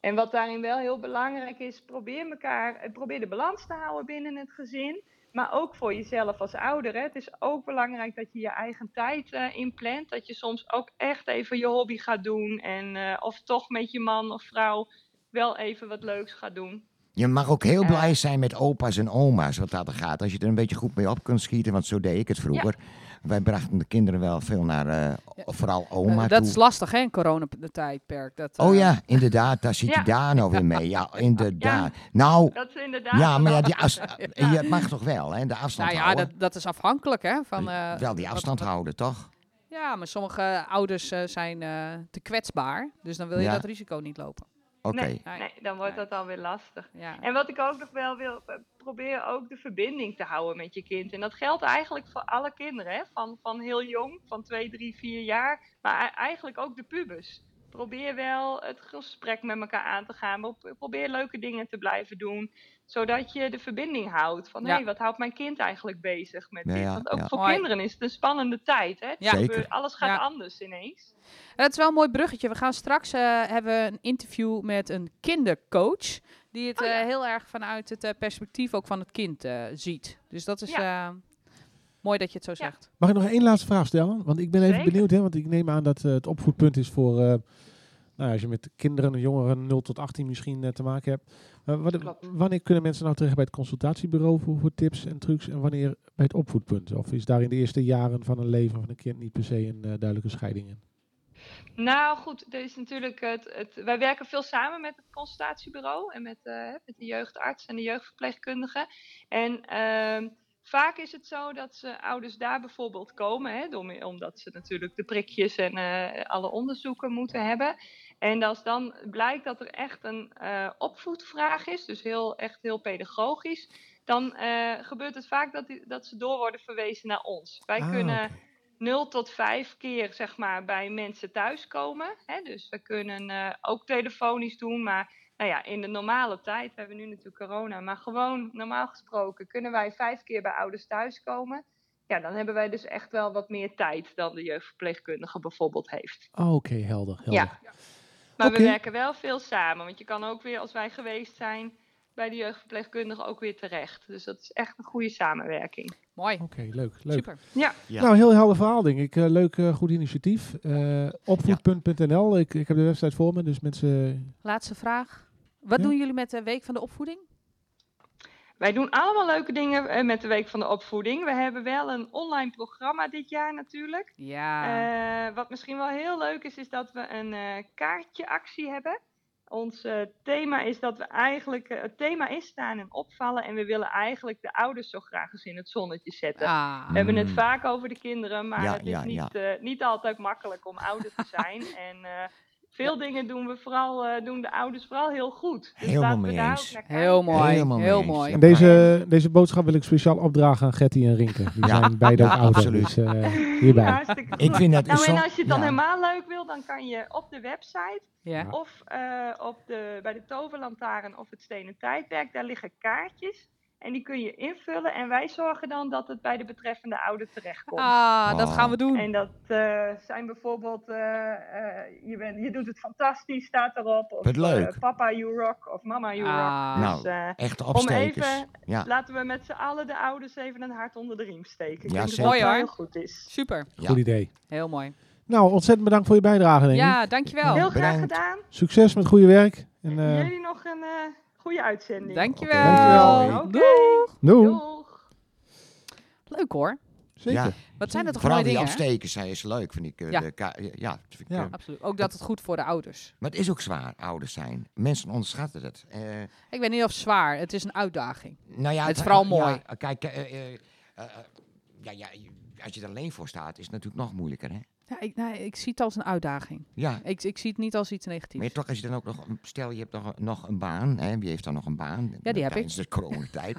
Speaker 6: en wat daarin wel heel belangrijk is, probeer, elkaar, eh, probeer de balans te houden binnen het gezin. Maar ook voor jezelf als ouder. Hè. Het is ook belangrijk dat je je eigen tijd eh, inplant. Dat je soms ook echt even je hobby gaat doen. En, eh, of toch met je man of vrouw wel even wat leuks gaat doen.
Speaker 4: Je mag ook heel
Speaker 6: Eh.
Speaker 4: blij zijn met opa's en oma's wat dat er gaat. Als je er een beetje goed mee op kunt schieten, want zo deed ik het vroeger. Wij brachten de kinderen wel veel naar, eh,
Speaker 3: Ja.
Speaker 4: vooral
Speaker 3: Eh,
Speaker 4: oma
Speaker 3: dat
Speaker 4: toe.
Speaker 3: is lastig hè, in coronatijdperk. Dat, eh,
Speaker 4: Oh ja, inderdaad, daar zit je
Speaker 6: Ja.
Speaker 4: daar nou weer mee. Ja, inderdaad. Nou,
Speaker 6: Dat is inderdaad.
Speaker 4: ja, maar ja, die
Speaker 6: belangrijk.
Speaker 4: as- je mag toch wel, hè, de afstand
Speaker 3: Nou ja,
Speaker 4: houden.
Speaker 3: dat, dat is afhankelijk hè, van... eh,
Speaker 4: wel die
Speaker 3: wat-
Speaker 4: afstand
Speaker 3: wat-
Speaker 4: houden, toch?
Speaker 3: Ja, maar sommige ouders eh, zijn eh, te kwetsbaar. Dus dan wil je
Speaker 4: Ja.
Speaker 3: dat risico niet lopen.
Speaker 4: Oké.
Speaker 6: Nee,
Speaker 3: Nee.
Speaker 6: nee, dan wordt
Speaker 3: Nee.
Speaker 6: dat alweer lastig.
Speaker 3: Ja.
Speaker 6: En wat ik ook nog wel wil, eh, probeer ook de verbinding te houden met je kind. En dat geldt eigenlijk voor alle kinderen, hè? Van, van heel jong, van 2, 3, 4 jaar, maar e- eigenlijk ook de pubers. probeer wel het gesprek met elkaar aan te gaan. Pro- Probeer leuke dingen te blijven doen. Zodat je de verbinding houdt. Van
Speaker 3: Ja.
Speaker 6: hé, wat houdt mijn kind eigenlijk bezig met
Speaker 4: Ja,
Speaker 6: dit?
Speaker 4: ja,
Speaker 6: Want ook
Speaker 4: ja.
Speaker 6: voor
Speaker 3: Mooi.
Speaker 6: kinderen is het een spannende tijd. Hè?
Speaker 3: Ja.
Speaker 4: Zeker.
Speaker 6: Gebeurt- Alles gaat
Speaker 3: Ja.
Speaker 6: anders ineens.
Speaker 3: Het is wel een mooi bruggetje. We gaan straks eh, hebben we een interview met een kindercoach. Die het
Speaker 6: Oh, ja.
Speaker 3: eh, heel erg vanuit het eh, perspectief ook van het kind eh, ziet. Dus dat is eh, mooi dat je het zo
Speaker 6: Ja.
Speaker 3: zegt.
Speaker 2: Mag ik nog één laatste vraag stellen? Want ik ben even
Speaker 6: Zeker.
Speaker 2: benieuwd, hè, want ik neem aan dat eh, het opvoedpunt is voor, eh, nou, als je met kinderen en jongeren 0 tot 18 misschien eh, te maken hebt. Eh, wat-
Speaker 6: Klopt.
Speaker 2: wanneer kunnen mensen nou terecht bij het consultatiebureau voor, voor tips en trucs en wanneer bij het opvoedpunt? Of is daar in de eerste jaren van een leven van een kind niet per se een eh, duidelijke scheiding in?
Speaker 6: Nou goed, er is natuurlijk het, het, wij werken veel samen met het consultatiebureau en met, eh, met de jeugdarts en de jeugdverpleegkundige. En ehm, vaak is het zo dat ze ouders daar bijvoorbeeld komen, hè, dom- omdat ze natuurlijk de prikjes en eh, alle onderzoeken moeten hebben. En als dan blijkt dat er echt een eh, opvoedvraag is, dus heel, echt heel pedagogisch, dan eh, gebeurt het vaak dat, die- dat ze door worden verwezen naar ons. Wij
Speaker 2: Ah,
Speaker 6: kunnen
Speaker 2: oké.
Speaker 6: 0 tot 5 keer zeg maar, bij mensen thuiskomen. Hè? Dus we kunnen eh, ook telefonisch doen, maar nou ja, in de normale tijd, we hebben nu natuurlijk corona, maar gewoon normaal gesproken kunnen wij vijf keer bij ouders thuiskomen. Ja, dan hebben wij dus echt wel wat meer tijd dan de jeugdverpleegkundige bijvoorbeeld heeft.
Speaker 2: Ah, Oké, helder. helder.
Speaker 6: Ja. Maar
Speaker 2: Oké.
Speaker 6: we werken wel veel samen, want je kan ook weer, als wij geweest zijn, bij de jeugdverpleegkundige ook weer terecht. Dus dat is echt een goede samenwerking.
Speaker 3: Mooi.
Speaker 2: Oké, leuk. leuk.
Speaker 3: Super.
Speaker 1: Ja.
Speaker 2: Nou, heel helder verhaal, denk ik. Eh, leuk, eh, goed initiatief. Eh, opvoed.nl, ik, ik heb de website voor me, dus mensen
Speaker 3: Laatste vraag. Wat
Speaker 2: Ja.
Speaker 3: doen jullie met de Week van de Opvoeding?
Speaker 6: Wij doen allemaal leuke dingen eh, met de Week van de Opvoeding. We hebben wel een online programma dit jaar natuurlijk.
Speaker 3: Ja.
Speaker 6: Eh, wat misschien wel heel leuk is, is dat we een eh, kaartjeactie hebben. Ons eh, thema is dat we eigenlijk, eh, het thema is staan en opvallen. En we willen eigenlijk de ouders zo graag eens in het zonnetje zetten.
Speaker 3: ah.
Speaker 6: We hebben het
Speaker 4: Mm.
Speaker 6: vaak over de kinderen, maar
Speaker 4: Ja,
Speaker 6: het is
Speaker 4: ja,
Speaker 6: niet, eh, niet altijd makkelijk om ouder te zijn. en eh, veel dingen doen, we vooral, eh, doen de ouders vooral heel goed. Dus
Speaker 4: Helemaal
Speaker 6: laten we
Speaker 4: mee
Speaker 6: daar
Speaker 4: eens.
Speaker 6: ook naar kijken.
Speaker 3: Heel mooi.
Speaker 4: Helemaal mee
Speaker 3: heel
Speaker 4: eens,
Speaker 3: mooi.
Speaker 4: ja.
Speaker 2: En deze, deze boodschap wil ik speciaal opdragen aan Gertie en Rinke. Die
Speaker 4: Ja.
Speaker 2: zijn beide ook
Speaker 4: Ja,
Speaker 2: ouders,
Speaker 4: absoluut.
Speaker 2: dus eh, hierbij.
Speaker 6: Hartstikke
Speaker 4: Ik
Speaker 6: goed.
Speaker 4: vind dat
Speaker 6: Nou,
Speaker 4: zo-
Speaker 6: en als je het dan
Speaker 4: ja.
Speaker 6: helemaal leuk wil, dan kan je op de website
Speaker 3: Ja.
Speaker 6: of eh, op de, bij de Toverlantaarn of het Stenen Tijdperk, daar liggen kaartjes. En die kun je invullen en wij zorgen dan dat het bij de betreffende ouder terechtkomt.
Speaker 3: Ah, dat gaan we doen.
Speaker 6: En dat eh, zijn bijvoorbeeld, eh, eh, je, bent, je doet het fantastisch, staat erop. Of
Speaker 4: Wat leuk.
Speaker 6: eh, papa you rock of mama you rock.
Speaker 3: Ah.
Speaker 4: Nou.
Speaker 6: Dus eh,
Speaker 4: Echt opstekers.
Speaker 6: even-
Speaker 4: ja,
Speaker 6: laten we met z'n allen de ouders even een hart onder de riem steken. Ik
Speaker 4: Ja,
Speaker 6: denk dat
Speaker 4: zeker.
Speaker 6: dat
Speaker 3: Mooi,
Speaker 6: wel
Speaker 3: hoor.
Speaker 6: heel goed is.
Speaker 3: Super.
Speaker 4: Ja.
Speaker 2: Goed idee.
Speaker 3: Heel mooi.
Speaker 2: Nou, ontzettend bedankt voor je bijdrage, denk ik.
Speaker 3: Ja, dankjewel.
Speaker 6: Heel graag
Speaker 4: Bedankt.
Speaker 6: gedaan.
Speaker 2: Succes met goede werk. En, eh,
Speaker 6: Jullie nog een eh, goede uitzending.
Speaker 3: Dankjewel.
Speaker 2: Dankjewel.
Speaker 6: Oké.
Speaker 3: Doei.
Speaker 2: doei.
Speaker 6: Doeg.
Speaker 3: Leuk hoor.
Speaker 2: Zeker.
Speaker 4: Ja.
Speaker 3: Wat zijn dat toch
Speaker 4: vooral
Speaker 3: mooie
Speaker 4: die
Speaker 3: dingen. hè?
Speaker 4: afstekers zijn is leuk, vind ik. eh,
Speaker 3: Ja.
Speaker 4: de ka- ja, dat vind ik,
Speaker 2: Ja.
Speaker 4: eh,
Speaker 3: Absoluut. Ook dat het goed voor de ouders.
Speaker 4: maar het is ook zwaar, ouders zijn. Mensen onderschatten het. Eh,
Speaker 3: Ik weet niet of zwaar. Het is een uitdaging.
Speaker 4: nou ja,
Speaker 3: Het is
Speaker 4: eh,
Speaker 3: vooral
Speaker 4: ja,
Speaker 3: mooi.
Speaker 4: kijk, eh, eh, eh, eh, ja, ja, als je er alleen voor staat, is het natuurlijk nog moeilijker, hè?
Speaker 3: Ja, ik, nou, ik zie het als een uitdaging.
Speaker 4: Ja,
Speaker 3: Ik, ik zie het niet als iets negatiefs.
Speaker 4: Maar toch, als je dan ook nog, stel je hebt nog, nog een baan, hè, wie heeft dan nog een baan?
Speaker 3: Ja, die heb
Speaker 4: Tijdens de coronatijd,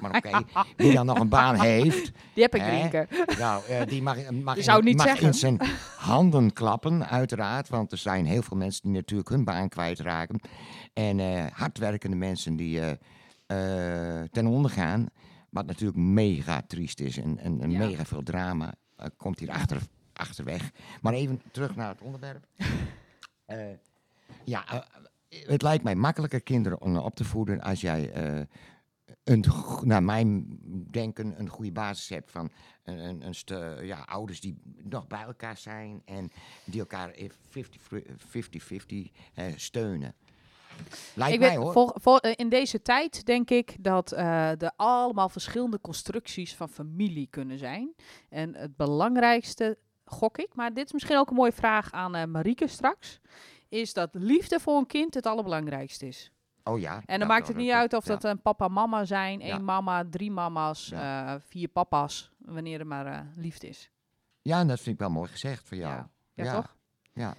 Speaker 4: maar oké, wie dan nog een baan heeft,
Speaker 3: Die heb ik
Speaker 4: Hè?
Speaker 3: drinken.
Speaker 4: nou, eh, die mag, mag,
Speaker 3: Je zou het niet
Speaker 4: mag
Speaker 3: zeggen.
Speaker 4: in zijn handen klappen, uiteraard, want er zijn heel veel mensen die natuurlijk hun baan kwijtraken. En eh, hardwerkende mensen die eh, eh, ten onder gaan, wat natuurlijk mega triest is en, en, en
Speaker 3: Ja.
Speaker 4: mega veel drama, eh, komt hier achter, achterweg. Maar even terug naar het onderwerp. Eh, ja, eh, het lijkt mij makkelijker kinderen om op te voeden als jij, eh, een, go- naar mijn denken, een goede basis hebt van een, een, een ste- ja, ouders die nog bij elkaar zijn en die elkaar eh, 50 fru- 50-50 eh, steunen. Lijkt
Speaker 3: Ik
Speaker 4: mij
Speaker 3: weet,
Speaker 4: hoor.
Speaker 3: vol- vol- eh, in deze tijd denk ik dat eh, er allemaal verschillende constructies van familie kunnen zijn. En het belangrijkste, gok ik, maar dit is misschien ook een mooie vraag aan eh, Marieke straks, is dat liefde voor een kind het allerbelangrijkste is.
Speaker 4: oh ja.
Speaker 3: En
Speaker 4: dat
Speaker 3: dan maakt
Speaker 4: wel,
Speaker 3: het niet
Speaker 4: dat-
Speaker 3: uit of
Speaker 4: ja.
Speaker 3: dat een papa en mama zijn, één
Speaker 4: Ja.
Speaker 3: mama, drie mama's, eh, vier papa's, wanneer er maar eh, liefde is.
Speaker 4: Ja, dat vind ik wel mooi gezegd van jou.
Speaker 3: Ja. Ja,
Speaker 4: Ja,
Speaker 3: toch?
Speaker 4: ja.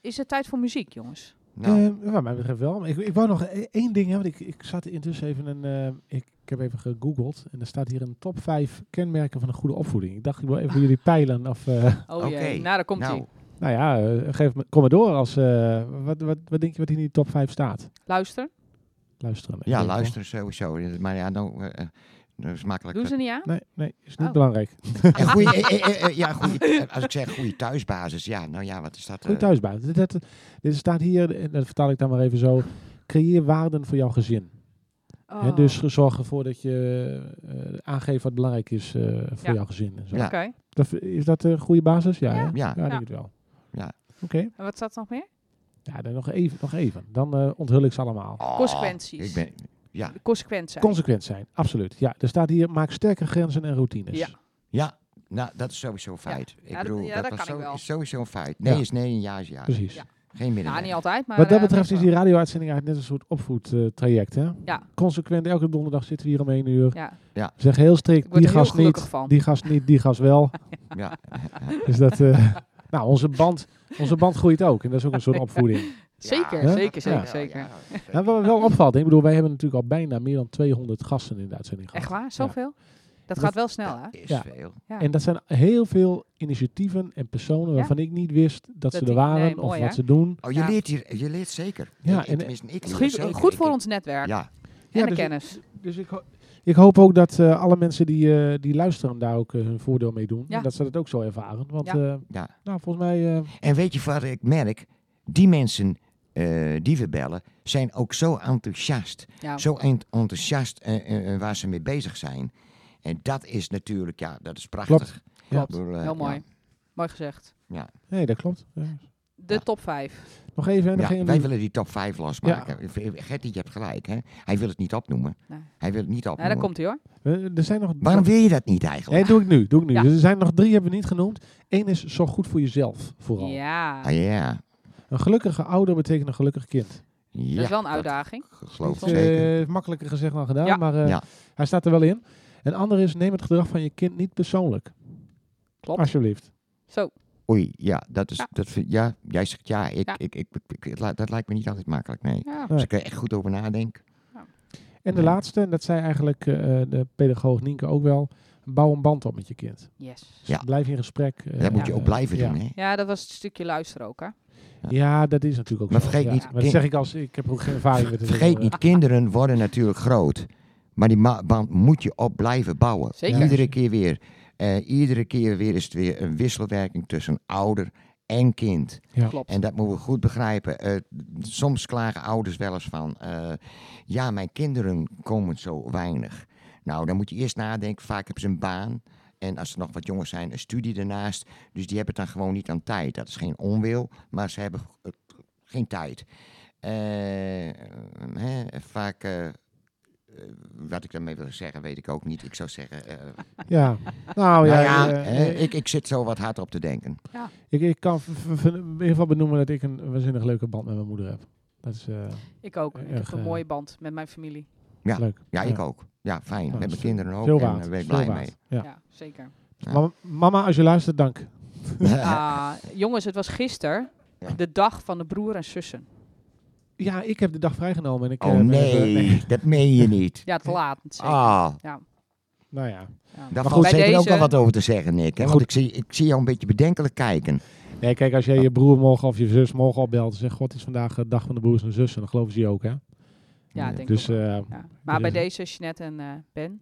Speaker 3: Is het tijd voor muziek, jongens?
Speaker 4: Nou,
Speaker 2: Eh, wat mij betreft wel. Maar ik, ik wou nog e- één ding hebben. Ik, ik zat intussen even een. eh, ik, ik heb even gegoogeld. En er staat hier een top 5 kenmerken van een goede opvoeding. Ik dacht, ik wil even jullie peilen. Of, eh,
Speaker 3: Oh jee,
Speaker 4: Oké,
Speaker 3: nou daar komt ie.
Speaker 4: nou,
Speaker 2: Nou ja, eh, geef me, kom maar door als. eh, wat, wat, wat denk je wat in die top 5 staat?
Speaker 3: Luister,
Speaker 2: Luisteren. ik
Speaker 4: Ja,
Speaker 2: denk wel.
Speaker 4: luister sowieso. Maar ja, nou, eh, eh, dat is makkelijk.
Speaker 3: doe ze niet aan.
Speaker 2: Nee, nee, is niet
Speaker 3: Oh.
Speaker 2: belangrijk.
Speaker 4: En goeie, eh, eh, eh, eh, ja, goeie, eh, als ik zeg goede thuisbasis, ja, nou ja, wat is dat? eh,
Speaker 2: Goed thuisbaan. Dit, dit, dit staat hier, en dat vertaal ik dan maar even zo. Creëer waarden voor jouw gezin.
Speaker 3: Oh.
Speaker 2: Hè, dus zorg ervoor dat je eh, aangeeft wat belangrijk is eh, voor
Speaker 3: Ja.
Speaker 2: jouw gezin. En zo.
Speaker 4: Ja.
Speaker 3: Oké,
Speaker 2: Dat, is dat een goede basis? Ja, hè? ja.
Speaker 4: ja,
Speaker 2: ik denk
Speaker 3: Ja.
Speaker 2: het wel.
Speaker 4: Ja.
Speaker 2: Oké,
Speaker 3: en wat staat er nog meer?
Speaker 2: ja, dan nog even. Nog even. Dan eh, onthul ik ze allemaal.
Speaker 4: Oh,
Speaker 3: Consequenties.
Speaker 4: Ik ben, ja,
Speaker 3: De consequenties.
Speaker 2: Consequent zijn, absoluut. Ja, er staat hier, maak sterke grenzen en routines.
Speaker 3: Ja.
Speaker 4: ja, nou, dat is sowieso een feit. ik
Speaker 3: dat-
Speaker 4: bedoel,
Speaker 3: ja,
Speaker 4: dat,
Speaker 3: dat
Speaker 4: was
Speaker 3: kan ik
Speaker 4: zo-
Speaker 3: wel.
Speaker 4: is sowieso een feit. Nee
Speaker 2: Ja.
Speaker 4: is nee en ja is ja.
Speaker 2: Precies.
Speaker 3: Ja.
Speaker 4: Geen
Speaker 3: nou,
Speaker 4: middenweg.
Speaker 3: niet altijd, maar...
Speaker 2: Wat dat
Speaker 3: eh,
Speaker 2: betreft is
Speaker 3: meestal.
Speaker 2: die radio-uitzending eigenlijk net een soort opvoedtraject. hè?
Speaker 3: Ja.
Speaker 2: Consequent, elke donderdag zitten we hier om één uur.
Speaker 3: Ja.
Speaker 2: Zeg heel strikt,
Speaker 3: Ik word
Speaker 2: die
Speaker 3: er heel
Speaker 2: gast niet,
Speaker 3: gelukkig van.
Speaker 2: die gast niet, die gast wel.
Speaker 4: ja.
Speaker 2: dus dat, eh, nou, onze band, onze band groeit ook. En dat is ook een soort opvoeding.
Speaker 3: Zeker,
Speaker 2: Ja.
Speaker 3: zeker, zeker,
Speaker 2: Ja.
Speaker 3: zeker.
Speaker 4: Ja,
Speaker 2: Nou, wat me wel opvalt, ik bedoel, wij hebben natuurlijk al bijna meer dan 200 gasten in de uitzending gehad.
Speaker 3: Echt waar? Zoveel? Dat
Speaker 2: Dat-
Speaker 3: gaat wel snel, hè?
Speaker 4: dat is
Speaker 2: Ja.
Speaker 4: veel.
Speaker 3: Ja.
Speaker 2: En dat zijn heel veel initiatieven en personen
Speaker 3: Ja.
Speaker 2: waarvan ik niet wist dat, ze er
Speaker 3: die-
Speaker 2: waren
Speaker 3: nee,
Speaker 2: of
Speaker 3: mooi,
Speaker 2: wat
Speaker 3: hè?
Speaker 2: ze doen.
Speaker 4: Oh, je,
Speaker 3: Ja.
Speaker 4: leert hier, je leert zeker.
Speaker 2: Ja,
Speaker 4: Ik-
Speaker 2: en- eh,
Speaker 4: tenminste, ik
Speaker 3: Het is
Speaker 4: leer
Speaker 3: goed,
Speaker 4: zeker.
Speaker 3: goed voor
Speaker 4: Ik-
Speaker 3: ons netwerk
Speaker 4: Ja,
Speaker 3: en de
Speaker 2: dus, ik-
Speaker 3: kennis.
Speaker 2: dus ik, ho- ik hoop ook dat eh, alle mensen die, eh, die luisteren daar ook eh, hun voordeel mee doen.
Speaker 3: Ja.
Speaker 2: En dat ze dat ook zo ervaren. Want
Speaker 3: Ja.
Speaker 2: eh,
Speaker 4: ja.
Speaker 2: nou, volgens mij... eh,
Speaker 4: En weet je wat ik merk? Die mensen eh, die we bellen, zijn ook zo enthousiast.
Speaker 3: Ja.
Speaker 4: Zo ent- enthousiast eh, eh, eh, waar ze mee bezig zijn. En dat is natuurlijk, ja, dat is prachtig.
Speaker 2: Klopt. Ja.
Speaker 4: Ik bedoel, eh,
Speaker 3: Heel mooi.
Speaker 4: ja.
Speaker 3: Mooi gezegd.
Speaker 2: nee, dat klopt. Ja.
Speaker 3: De
Speaker 4: Ja.
Speaker 3: top 5.
Speaker 2: Nog even. En dan
Speaker 4: Ja,
Speaker 2: gingen
Speaker 4: wij
Speaker 2: we-
Speaker 4: willen die top 5 losmaken. Gertie, je hebt gelijk, hè? Hij wil het niet opnoemen.
Speaker 3: Nee.
Speaker 4: Hij wil het niet
Speaker 3: Nou,
Speaker 4: opnoemen.
Speaker 3: daar komt hij hoor.
Speaker 2: we- er zijn nog...
Speaker 4: Waarom wil je dat niet eigenlijk?
Speaker 2: Nee, doe ik nu. Doe ik nu.
Speaker 3: Ja.
Speaker 2: Dus er zijn nog drie hebben we niet genoemd. Eén is zorg goed voor jezelf, vooral.
Speaker 3: Ja.
Speaker 4: Ah, ja.
Speaker 2: Een gelukkige ouder betekent een gelukkig kind.
Speaker 4: ja.
Speaker 3: Dat is wel een uitdaging.
Speaker 4: Geloof ik
Speaker 2: Eh,
Speaker 4: zeker.
Speaker 2: makkelijker gezegd dan gedaan,
Speaker 3: Ja.
Speaker 2: maar eh,
Speaker 4: Ja.
Speaker 2: hij staat er wel in. Een ander is, neem het gedrag van je kind niet persoonlijk.
Speaker 3: Klopt.
Speaker 2: Alsjeblieft.
Speaker 3: Zo.
Speaker 2: Eh.
Speaker 4: Oei, ja, dat is,
Speaker 3: Ja.
Speaker 4: Dat vind, ja, jij zegt ja. Ik,
Speaker 3: Ja.
Speaker 4: Ik, ik, ik- het li- dat lijkt me niet altijd makkelijk, nee. Dus
Speaker 3: Ja.
Speaker 2: Nee.
Speaker 4: Als ik er echt goed over nadenk.
Speaker 2: En de laatste, en dat zei eigenlijk eh, de pedagoog Nienke ook wel, bouw een band op met je kind.
Speaker 3: Yes.
Speaker 4: Ja.
Speaker 2: Blijf in gesprek. eh,
Speaker 4: dat moet je
Speaker 2: eh,
Speaker 4: ook blijven
Speaker 2: ja.
Speaker 4: doen, hè?
Speaker 3: Ja, dat was het stukje luisteren ook, hè?
Speaker 2: Ja, dat is natuurlijk ook
Speaker 4: Maar
Speaker 2: zo.
Speaker 4: vergeet
Speaker 2: ja.
Speaker 4: niet,
Speaker 2: Maar dat
Speaker 4: kind-
Speaker 2: zeg ik als, ik heb ook geen ervaring met het.
Speaker 4: Vergeet niet, kinderen worden natuurlijk groot. Maar die ma- band moet je op blijven bouwen.
Speaker 3: Zeker.
Speaker 4: Iedere keer weer. Eh, iedere keer weer is het weer een wisselwerking tussen ouder en kind.
Speaker 2: Ja.
Speaker 3: Klopt.
Speaker 4: En dat moeten we goed begrijpen. Eh, soms klagen ouders wel eens van... eh, ja, mijn kinderen komen zo weinig. Nou, dan moet je eerst nadenken. Vaak hebben ze een baan. En als ze nog wat jonger zijn, een studie ernaast. Dus die hebben het dan gewoon niet aan tijd. Dat is geen onwil, maar ze hebben eh, geen tijd. Eh, hè, vaak... eh, eh, wat ik daarmee wil zeggen, weet ik ook niet. Ik zou zeggen... eh,
Speaker 2: Ja. Nou ja,
Speaker 4: nou ja,
Speaker 2: eh,
Speaker 4: hè, ik, ik zit zo wat hard op te denken.
Speaker 2: ik, ik kan v- v- v- in ieder geval benoemen dat ik een waanzinnig leuke band met mijn moeder heb. Dat is eh,
Speaker 3: Ik ook.
Speaker 2: Eh,
Speaker 3: Ik heb
Speaker 2: erg,
Speaker 3: een
Speaker 2: eh,
Speaker 3: mooie band met mijn familie.
Speaker 4: Ja.
Speaker 2: leuk.
Speaker 4: Ja, ik ook. Ja, fijn.
Speaker 2: Ja,
Speaker 4: Met
Speaker 2: dus
Speaker 4: mijn kinderen ook.
Speaker 2: Veel
Speaker 4: en
Speaker 2: waard.
Speaker 4: daar ben ik
Speaker 2: veel
Speaker 4: blij
Speaker 2: waard.
Speaker 4: mee.
Speaker 2: Ja.
Speaker 3: Ja, zeker.
Speaker 4: Ja.
Speaker 2: Mama, mama, als je luistert, dank.
Speaker 4: Oh,
Speaker 3: Ah, jongens, het was gisteren
Speaker 4: Ja.
Speaker 3: de dag van de broer en zussen.
Speaker 2: Ja, ik heb de dag vrijgenomen. En ik, eh,
Speaker 4: oh
Speaker 2: ben even-
Speaker 4: nee, dat meen je niet.
Speaker 3: Ja, te laat. Zeker.
Speaker 4: Ah,
Speaker 2: nou ja.
Speaker 3: Ja.
Speaker 4: daar
Speaker 2: goed,
Speaker 4: valt
Speaker 3: bij
Speaker 4: zeker ook
Speaker 3: deze-
Speaker 4: wel wat over te zeggen, Nick. Hè? Want ik zie, ik zie jou een beetje bedenkelijk kijken.
Speaker 2: Nee, kijk, als jij je broer morgen of je zus morgen opbelt en zegt, god, het is vandaag de dag van de broers en zussen, dan geloven ze je ook, hè?
Speaker 3: Ja,
Speaker 4: Ja,
Speaker 3: denk ik
Speaker 2: dus,
Speaker 3: ook wel.
Speaker 2: eh,
Speaker 3: Ja. Maar bij
Speaker 2: dus-
Speaker 3: deze, Jeanette en eh, Ben,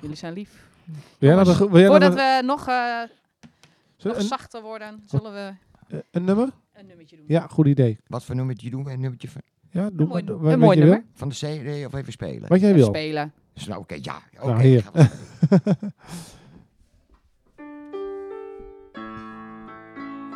Speaker 3: jullie zijn lief.
Speaker 2: wil jij nog een- wil jij nog
Speaker 3: Voordat
Speaker 2: een-
Speaker 3: we nog, eh,
Speaker 2: zullen
Speaker 3: nog
Speaker 2: we
Speaker 3: zachter worden, zullen we
Speaker 2: een, eh, een nummer?
Speaker 3: een nummertje doen.
Speaker 2: Ja, goed idee.
Speaker 4: Wat voor nummertje doen we? Een nummertje van,
Speaker 2: Ja, doe maar,
Speaker 3: mooi nu-
Speaker 2: wat-
Speaker 3: een
Speaker 2: wat
Speaker 3: mooi
Speaker 2: je wil.
Speaker 3: nummer.
Speaker 4: van de CD of even spelen?
Speaker 2: Wat jij
Speaker 3: Even
Speaker 2: wil.
Speaker 3: spelen.
Speaker 4: Dus nou, oké, ja. Oké,
Speaker 2: Nou, hier.
Speaker 4: gaan we-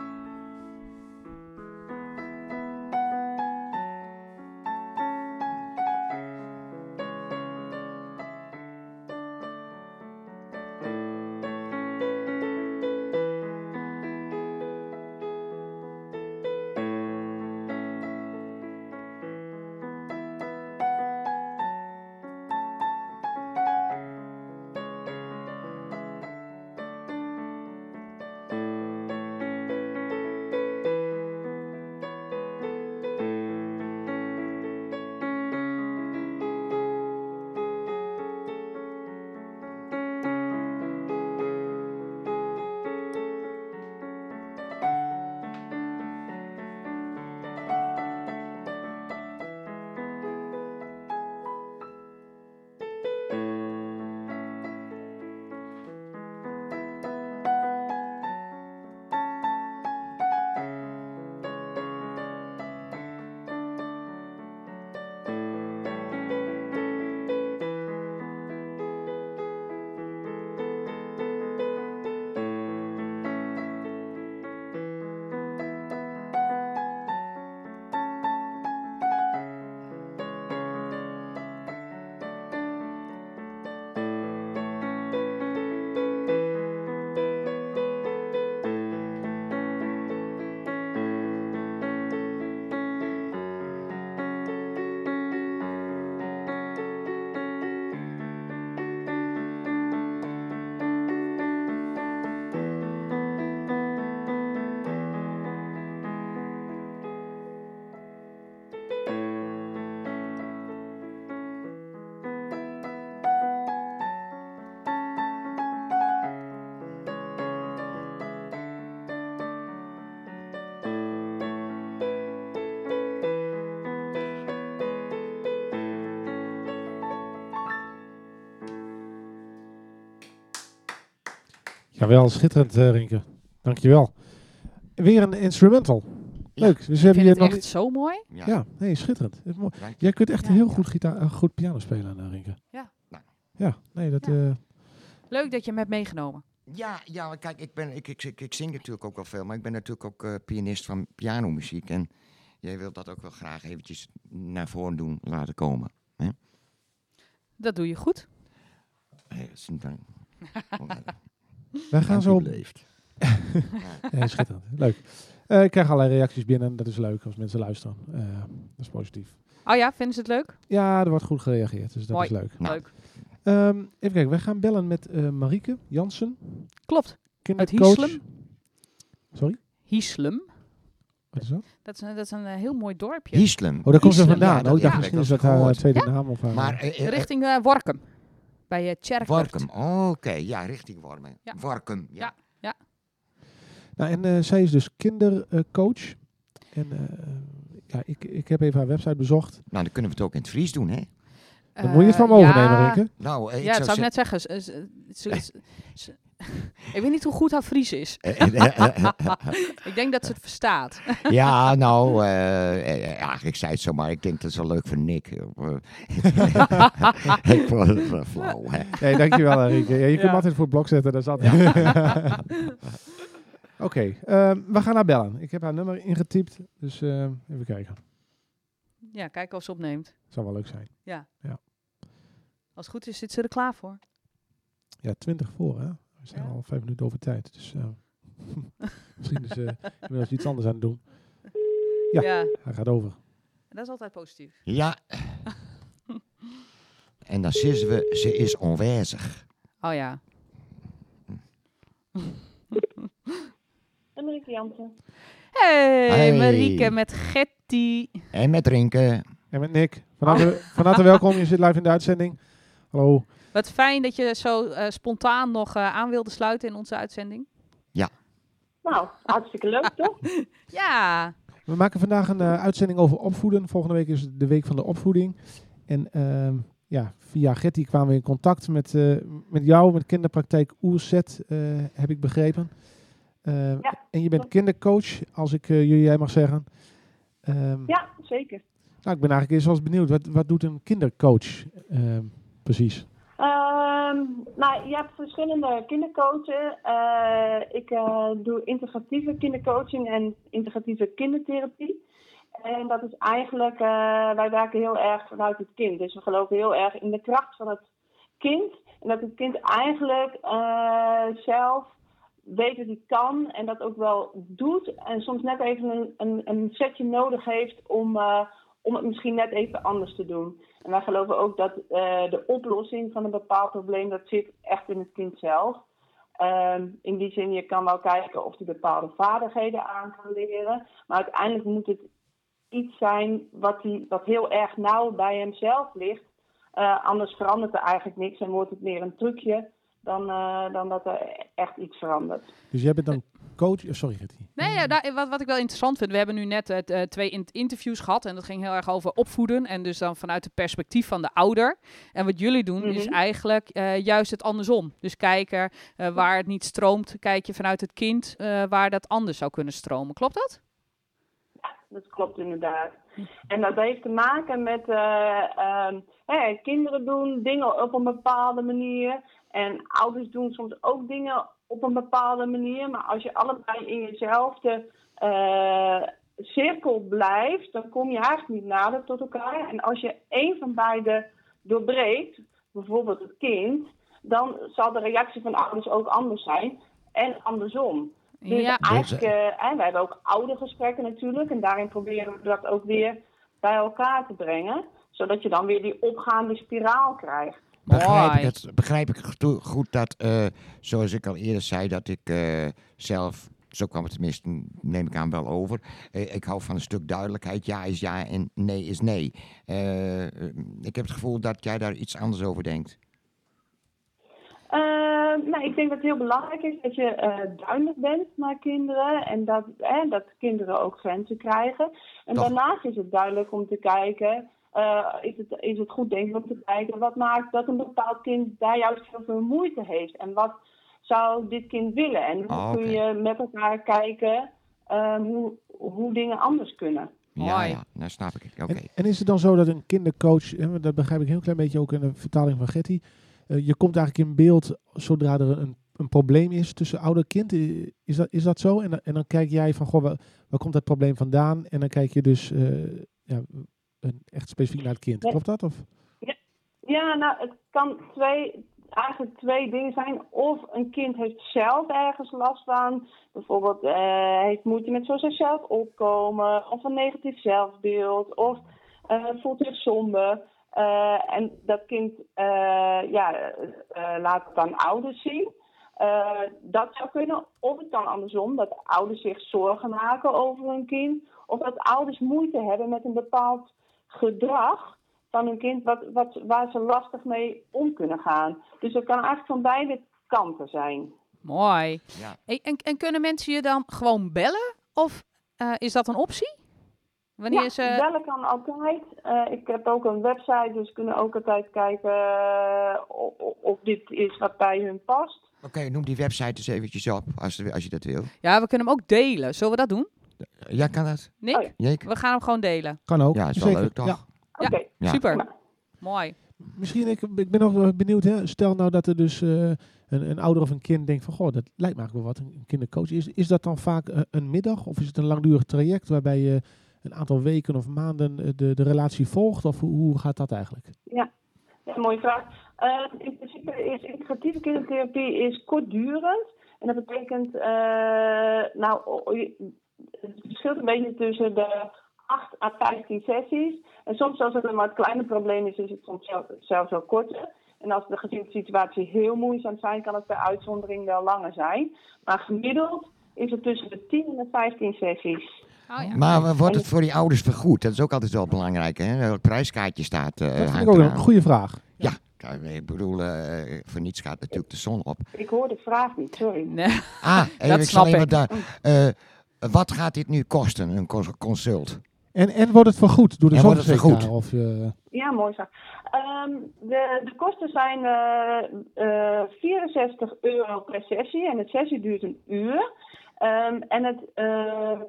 Speaker 2: Jawel, schitterend eh Rinke. Dankjewel. Weer een instrumental.
Speaker 4: Ja.
Speaker 2: Leuk. Dus we
Speaker 3: Ik
Speaker 2: hebben
Speaker 3: vind
Speaker 2: hier
Speaker 3: het
Speaker 2: nog...
Speaker 3: echt zo mooi.
Speaker 4: Ja.
Speaker 2: Ja, nee, schitterend. Het is mooi.
Speaker 4: Dank je.
Speaker 2: Jij kunt echt
Speaker 3: Ja,
Speaker 2: heel
Speaker 3: ja.
Speaker 2: goed, gitaar, eh, goed piano spelen, eh, Rinke.
Speaker 3: Ja.
Speaker 4: Nou.
Speaker 2: Ja, nee, dat...
Speaker 3: Ja.
Speaker 2: eh,
Speaker 3: Leuk dat je hem hebt meegenomen.
Speaker 4: Ja, ja maar kijk, ik, ben, ik, ik, ik, ik zing natuurlijk ook wel veel, maar ik ben natuurlijk ook eh, pianist van pianomuziek. En jij wilt dat ook wel graag eventjes naar voren doen, laten komen.
Speaker 3: Dat doe je goed.
Speaker 4: Hey, dat is niet waar. Oh, nee.
Speaker 2: wij gaan zo... op-
Speaker 4: Leeft.
Speaker 2: Nee, schitterend. Leuk. Eh, ik krijg allerlei reacties binnen. Dat is leuk als mensen luisteren. Eh, dat is positief.
Speaker 3: Oh ja, vinden ze het leuk?
Speaker 2: Ja, er wordt goed gereageerd, dus dat
Speaker 3: Mooi.
Speaker 2: is leuk.
Speaker 4: Nou.
Speaker 3: Leuk.
Speaker 2: Ehm, even kijken, wij gaan bellen met eh Marieke Jansen,
Speaker 3: Klopt.
Speaker 2: kindercoach.
Speaker 3: Hieslum.
Speaker 2: Sorry,
Speaker 3: Hieslum.
Speaker 2: wat is dat?
Speaker 3: Dat is een, dat is een eh, heel mooi dorpje.
Speaker 4: Hieslem.
Speaker 2: Oh, daar komt ze
Speaker 4: Hieslem,
Speaker 2: vandaan.
Speaker 4: ja,
Speaker 2: oh, ik dacht
Speaker 4: ja,
Speaker 2: misschien
Speaker 4: dat
Speaker 2: is dat
Speaker 4: heb ik
Speaker 2: haar eh,
Speaker 4: gehoord.
Speaker 2: tweede naam of haar...
Speaker 4: Maar eh, eh,
Speaker 3: Richting eh, Workum. Bij eh Tjerkwerd.
Speaker 4: Warkum. Oh, oké. Ja, richting Warmen.
Speaker 3: Ja.
Speaker 4: Warkum. Ja.
Speaker 3: Ja.
Speaker 2: Nou, en eh, zij is dus kindercoach. en eh, ja, ik, ik heb even haar website bezocht.
Speaker 4: Nou, dan kunnen we het ook in het Fries doen, hè?
Speaker 2: Dan moet je het van me
Speaker 3: Eh,
Speaker 2: overnemen,
Speaker 3: ja.
Speaker 2: Rinke.
Speaker 4: Nou, eh, ik
Speaker 3: ja, dat
Speaker 4: zou
Speaker 3: zou ik net zeggen. Ze- ze- ze- ze- ze- ik weet niet hoe goed haar Fries is.
Speaker 4: Eh,
Speaker 3: Ik denk dat ze het verstaat.
Speaker 4: Ja, nou, eh, eh, ja, ik zei het zo, maar ik denk dat is wel leuk voor Nick. Eh, ik vond het wel flauw, hè.
Speaker 2: Nee, dankjewel eh, Rinke. Ja, je kunt hem
Speaker 3: Ja.
Speaker 2: altijd voor het blok zetten, dat is altijd. Oké, ehm, we gaan haar bellen. Ik heb haar nummer ingetypt, dus ehm, even kijken.
Speaker 3: Ja, kijk of ze opneemt.
Speaker 2: Zou wel leuk zijn.
Speaker 3: Als het goed is, zit ze er klaar voor.
Speaker 2: Ja, 20 voor, hè? We zijn
Speaker 3: Ja.
Speaker 2: al vijf minuten over tijd, dus eh, misschien is ze inmiddels iets anders aan het doen. Ja.
Speaker 3: Ja.
Speaker 2: Hij gaat over.
Speaker 3: dat is altijd positief.
Speaker 4: Ja. En dan zitten we, ze is onwijzig.
Speaker 3: Oh ja.
Speaker 5: Annemieke Jansen.
Speaker 3: Hey,
Speaker 4: Hey.
Speaker 3: Marieke met Getty.
Speaker 4: En met drinken.
Speaker 2: En met Nick, van harte, van harte welkom. Je zit live in de uitzending. Hallo.
Speaker 3: Wat fijn dat je zo eh, spontaan nog eh, aan wilde sluiten in onze uitzending.
Speaker 5: Nou, hartstikke leuk toch?
Speaker 3: Ja,
Speaker 2: We maken vandaag een eh, uitzending over opvoeden. Volgende week is het de week van de opvoeding. En ehm, ja, via Getty kwamen we in contact met, eh, met jou, met kinderpraktijk Oerzet, eh, heb ik begrepen. Eh, En je bent kindercoach, als ik eh, jullie jij mag zeggen. Ehm,
Speaker 5: Ja, zeker.
Speaker 2: Nou, ik ben eigenlijk eerst wel eens benieuwd. Wat, wat doet een kindercoach ehm, precies?
Speaker 5: Ehm, nou, je hebt verschillende kindercoachen. Eh, ik eh, doe integratieve kindercoaching en integratieve kindertherapie. En dat is eigenlijk, eh, wij werken heel erg vanuit het kind. Dus we geloven heel erg in de kracht van het kind. En dat het kind eigenlijk eh, zelf weet wat hij kan en dat ook wel doet. En soms net even een, een, een setje nodig heeft om, eh, om het misschien net even anders te doen. En wij geloven ook dat eh, de oplossing van een bepaald probleem, dat zit echt in het kind zelf. Ehm, in die zin, je kan wel kijken of hij bepaalde vaardigheden aan kan leren. Maar uiteindelijk moet het iets zijn wat, hij, wat heel erg nauw bij hemzelf ligt. Eh, anders verandert er eigenlijk niks en wordt het meer een trucje dan, eh, dan dat er echt iets verandert.
Speaker 2: Dus jij bent dan coach... oh, sorry, Getty.
Speaker 3: Nee,
Speaker 5: Hmm.
Speaker 3: ja, daar- wat, wat ik wel interessant vind, we hebben nu net eh, t- eh, twee in- interviews gehad en dat ging heel erg over opvoeden en dus dan vanuit het perspectief van de ouder. En wat jullie doen is
Speaker 5: Mhm.
Speaker 3: eigenlijk eh, juist het andersom. Dus kijken eh, waar het niet stroomt, kijk je vanuit het kind eh, waar dat anders zou kunnen stromen. Klopt dat?
Speaker 5: dat klopt inderdaad. En dat heeft te maken met eh, ehm, hè, kinderen doen dingen op een bepaalde manier. En ouders doen soms ook dingen op een bepaalde manier. Maar als je allebei in jezelfde eh, cirkel blijft, dan kom je eigenlijk niet nader tot elkaar. En als je één van beide doorbreekt, bijvoorbeeld het kind, dan zal de reactie van ouders ook anders zijn. En andersom. Dus
Speaker 3: Ja,
Speaker 5: eigenlijk, eh, en we hebben ook oude gesprekken natuurlijk. En daarin proberen we dat ook weer bij elkaar te brengen. Zodat je dan weer die opgaande spiraal krijgt.
Speaker 4: Begrijp ik,
Speaker 3: Mooi.
Speaker 4: het, begrijp ik goe- goed dat, eh, zoals ik al eerder zei, dat ik eh, zelf, zo kwam het tenminste, neem ik aan wel over. eh, ik hou van een stuk duidelijkheid. Ja is ja en nee is nee. Eh, ik heb het gevoel dat jij daar iets anders over denkt.
Speaker 5: Eh, nou, ik denk dat het heel belangrijk is dat je eh, duidelijk bent naar kinderen en dat, eh, dat kinderen ook grenzen krijgen. En
Speaker 4: Toch.
Speaker 5: daarnaast is het duidelijk om te kijken, eh, is, het, is het goed denk ik om te kijken wat maakt dat een bepaald kind daar juist heel veel moeite heeft en wat zou dit kind willen? En hoe
Speaker 4: Ah,
Speaker 5: kun je met elkaar kijken ehm, hoe, hoe dingen anders kunnen?
Speaker 4: Ja,
Speaker 3: Hoi.
Speaker 4: ja, nou snap ik het. Oké.
Speaker 2: En, en is het dan zo dat een kindercoach, hè, want dat begrijp ik een heel klein beetje ook in de vertaling van Getty, eh, je komt eigenlijk in beeld zodra er een, een probleem is tussen ouder en kind. I- Is dat, is dat zo? En, dan- en dan kijk jij van, goh, waar, waar komt dat probleem vandaan? En dan kijk je dus eh, ja, een- echt specifiek naar het kind.
Speaker 5: Ja.
Speaker 2: Klopt dat? Of?
Speaker 5: Ja, nou, het kan twee, eigenlijk twee dingen zijn. Of een kind heeft zelf ergens last van. Bijvoorbeeld eh, heeft moeite met zoals hij zelf opkomen. Of een negatief zelfbeeld. Of eh, voelt zich somber. Eh, en dat kind eh, ja, eh, eh, laat het aan ouders zien. Eh, dat zou kunnen. Of het kan andersom, dat ouders zich zorgen maken over hun kind. Of dat ouders moeite hebben met een bepaald gedrag van hun kind wat, wat, waar ze lastig mee om kunnen gaan. Dus dat kan eigenlijk van beide kanten zijn.
Speaker 3: Mooi.
Speaker 4: Ja.
Speaker 3: Hey, en, en kunnen mensen je dan gewoon bellen? Of eh, is dat een optie? Wanneer
Speaker 5: ja,
Speaker 3: ze...
Speaker 5: bellen kan altijd. Eh, ik heb ook een website, dus kunnen ook altijd kijken eh, o- o- of dit is wat bij hun past.
Speaker 4: Oké, noem die website dus eventjes op, als, als je dat wil.
Speaker 3: Ja, we kunnen hem ook delen. Zullen we dat doen?
Speaker 4: Ja, kan dat?
Speaker 3: Nick,
Speaker 5: Oh ja.
Speaker 4: Jeek?
Speaker 3: we gaan hem gewoon delen.
Speaker 2: Kan ook.
Speaker 4: Ja, is wel
Speaker 2: Zeker.
Speaker 4: leuk toch?
Speaker 2: Ja.
Speaker 5: Oké.
Speaker 4: Ja.
Speaker 3: Super.
Speaker 5: Ja.
Speaker 3: Mooi.
Speaker 2: Misschien, ik, ik ben nog wel benieuwd, hè? stel nou dat er dus eh, een, een ouder of een kind denkt van, goh, dat lijkt me eigenlijk wel wat, een een kindercoach. Is, is dat dan vaak eh, een middag of is het een langdurig traject waarbij je een aantal weken of maanden eh, de, de relatie volgt? Of hoe, hoe gaat dat eigenlijk?
Speaker 5: Ja, mooie vraag. Eh, in principe is integratieve kindertherapie is kortdurend. En dat betekent, eh, nou, o- o- je- het verschilt een beetje tussen de 8 à 15 sessies. En soms als het een wat kleiner probleem is, is het soms zelf- zelfs wel korter. En als de gezinssituatie heel moeizaam zijn, kan het bij uitzondering wel langer zijn. Maar gemiddeld is het tussen de 10 en de 15 sessies.
Speaker 3: Oh, ja.
Speaker 4: Maar eh, wordt het voor die ouders vergoed? Dat is ook altijd wel belangrijk, hè? Dat het prijskaartje staat. eh,
Speaker 2: dat vind
Speaker 4: hangt
Speaker 2: ik ook een
Speaker 4: eraan.
Speaker 2: goede vraag.
Speaker 4: Ja, kijk, ik bedoel, eh, voor niets gaat natuurlijk de zon op.
Speaker 5: Ik hoor de vraag niet, sorry.
Speaker 3: Nee.
Speaker 4: Ah, even, ik
Speaker 3: snap
Speaker 4: zal even
Speaker 3: ik.
Speaker 4: daar. eh, wat gaat dit nu kosten, een cons- consult?
Speaker 2: En, en wordt het vergoed door de
Speaker 4: En wordt het
Speaker 2: zorgverzekeraar?
Speaker 4: vergoed?
Speaker 2: Of, eh,
Speaker 5: Ja, mooi zo. Ehm, de, de kosten zijn eh, eh, 64 euro per sessie en de sessie duurt een uur. Ehm, en het eh,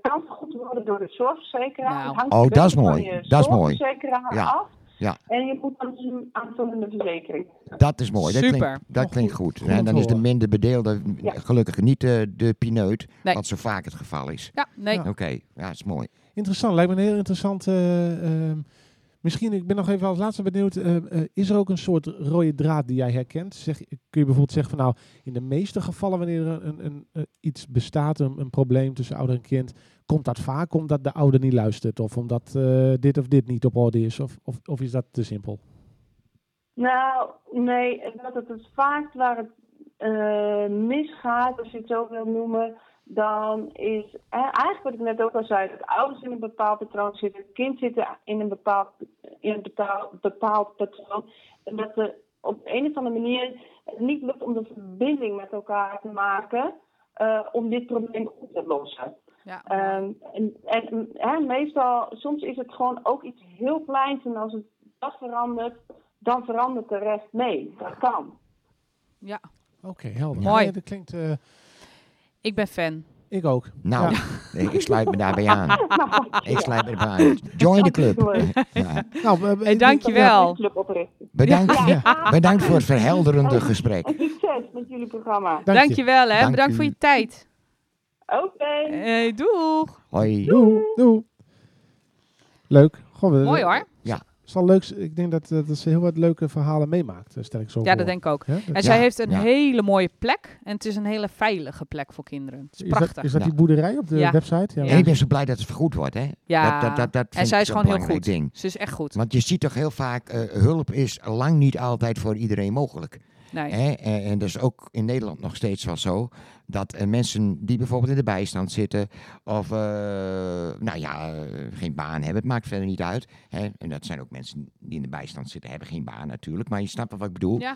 Speaker 5: kan vergoed worden door de zorgverzekeraar.
Speaker 3: Nou.
Speaker 5: Het hangt
Speaker 4: Oh,
Speaker 5: een
Speaker 4: dat is
Speaker 5: beetje van
Speaker 4: mooi.
Speaker 5: je
Speaker 4: Dat is mooi.
Speaker 5: zorgverzekeraar
Speaker 4: Ja.
Speaker 5: af.
Speaker 4: Ja.
Speaker 5: En je moet dan een aanvullende verzekering.
Speaker 4: Dat is mooi. Dat
Speaker 3: Super.
Speaker 4: klinkt, dat
Speaker 2: Nog
Speaker 4: klinkt
Speaker 2: goed.
Speaker 4: goed.
Speaker 2: Goed
Speaker 4: En
Speaker 2: om
Speaker 4: dan
Speaker 2: te
Speaker 4: is de
Speaker 2: horen.
Speaker 4: minder bedeelde
Speaker 5: Ja.
Speaker 4: gelukkig niet eh, de pineut,
Speaker 3: Nee.
Speaker 4: wat zo vaak het geval is.
Speaker 3: Ja, nee.
Speaker 4: Oké, ja, dat is mooi.
Speaker 2: Interessant, lijkt me een heel interessant. eh, ehm, misschien, ik ben nog even als laatste benieuwd, eh, eh, is er ook een soort rode draad die jij herkent? Zeg, kun je bijvoorbeeld zeggen van nou, in de meeste gevallen wanneer er een, een, eh, iets bestaat, een, een probleem tussen ouder en kind, komt dat vaak omdat de ouder niet luistert of omdat eh, dit of dit niet op orde is? Of, of, of is dat te simpel?
Speaker 5: Nou, nee, dat het het vaak waar het eh, misgaat, als je het zo wil noemen, dan is eh, eigenlijk wat ik net ook al zei, dat ouders in een bepaald patroon zitten, het kind zit in een bepaald, in een bepaald, bepaald patroon. En dat er op een of andere manier het niet lukt om de verbinding met elkaar te maken eh, om dit probleem op te lossen.
Speaker 3: Ja,
Speaker 4: Eh,
Speaker 3: mooi.
Speaker 5: Ehm, en en mm, hè, meestal, soms is het gewoon ook iets heel kleins. En als het dat verandert, dan verandert de rest mee. Dat kan.
Speaker 3: ja.
Speaker 2: Oké, helder.
Speaker 3: Mooi.
Speaker 2: Ja, dat klinkt, eh,
Speaker 3: Ik ben fan.
Speaker 2: ik ook.
Speaker 4: Nou, ik- ik sluit me daarbij aan.
Speaker 5: Nou,
Speaker 4: Ik sluit me daarbij aan. Join Ah. de club. Ja.
Speaker 2: Nou, eh,
Speaker 3: Hey,
Speaker 2: ik-
Speaker 5: Wel.
Speaker 3: dankjewel.
Speaker 5: club oprichten.
Speaker 4: Bedankt,
Speaker 5: Ja.
Speaker 4: bedankt voor het verhelderende gesprek.
Speaker 5: En succes met jullie programma.
Speaker 2: dank je.
Speaker 3: Dankjewel, hè.
Speaker 4: Dank
Speaker 3: Bedankt
Speaker 4: u.
Speaker 3: voor je tijd.
Speaker 5: Oké.
Speaker 3: Hey, doeg.
Speaker 4: Hoi.
Speaker 2: Doei. Doei. Leuk. Goh,
Speaker 4: Eh,
Speaker 2: we-
Speaker 3: Mooi hoor.
Speaker 2: Het is wel leuks. Ik denk dat, eh, dat ze heel wat leuke verhalen meemaakt, eh, stel ik zo
Speaker 3: Ja, dat denk ik ook. En zij heeft een
Speaker 4: ja.
Speaker 3: hele mooie plek. En het is een hele veilige plek voor kinderen. Het is
Speaker 2: is dat,
Speaker 3: prachtig.
Speaker 2: is dat
Speaker 4: Ja.
Speaker 2: die boerderij op de
Speaker 3: Ja.
Speaker 2: website?
Speaker 3: Ja.
Speaker 4: En ik ben zo blij dat het vergoed wordt, hè?
Speaker 3: ja.
Speaker 4: Dat, dat, dat, dat
Speaker 3: en
Speaker 4: vind
Speaker 3: zij
Speaker 4: ik
Speaker 3: is
Speaker 4: zo'n
Speaker 3: gewoon heel
Speaker 4: belangrijk
Speaker 3: goed.
Speaker 4: ding.
Speaker 3: Ze is echt goed.
Speaker 4: Want je ziet toch heel vaak, eh, hulp is lang niet altijd voor iedereen mogelijk.
Speaker 3: Nee.
Speaker 4: Hè? En, en dat is ook in Nederland nog steeds wel zo. Dat eh, mensen die bijvoorbeeld in de bijstand zitten of eh, nou ja, eh, geen baan hebben, het maakt verder niet uit. Hè? En dat zijn ook mensen die in de bijstand zitten, hebben geen baan natuurlijk. Maar je snapt wel wat ik bedoel.
Speaker 3: Ja.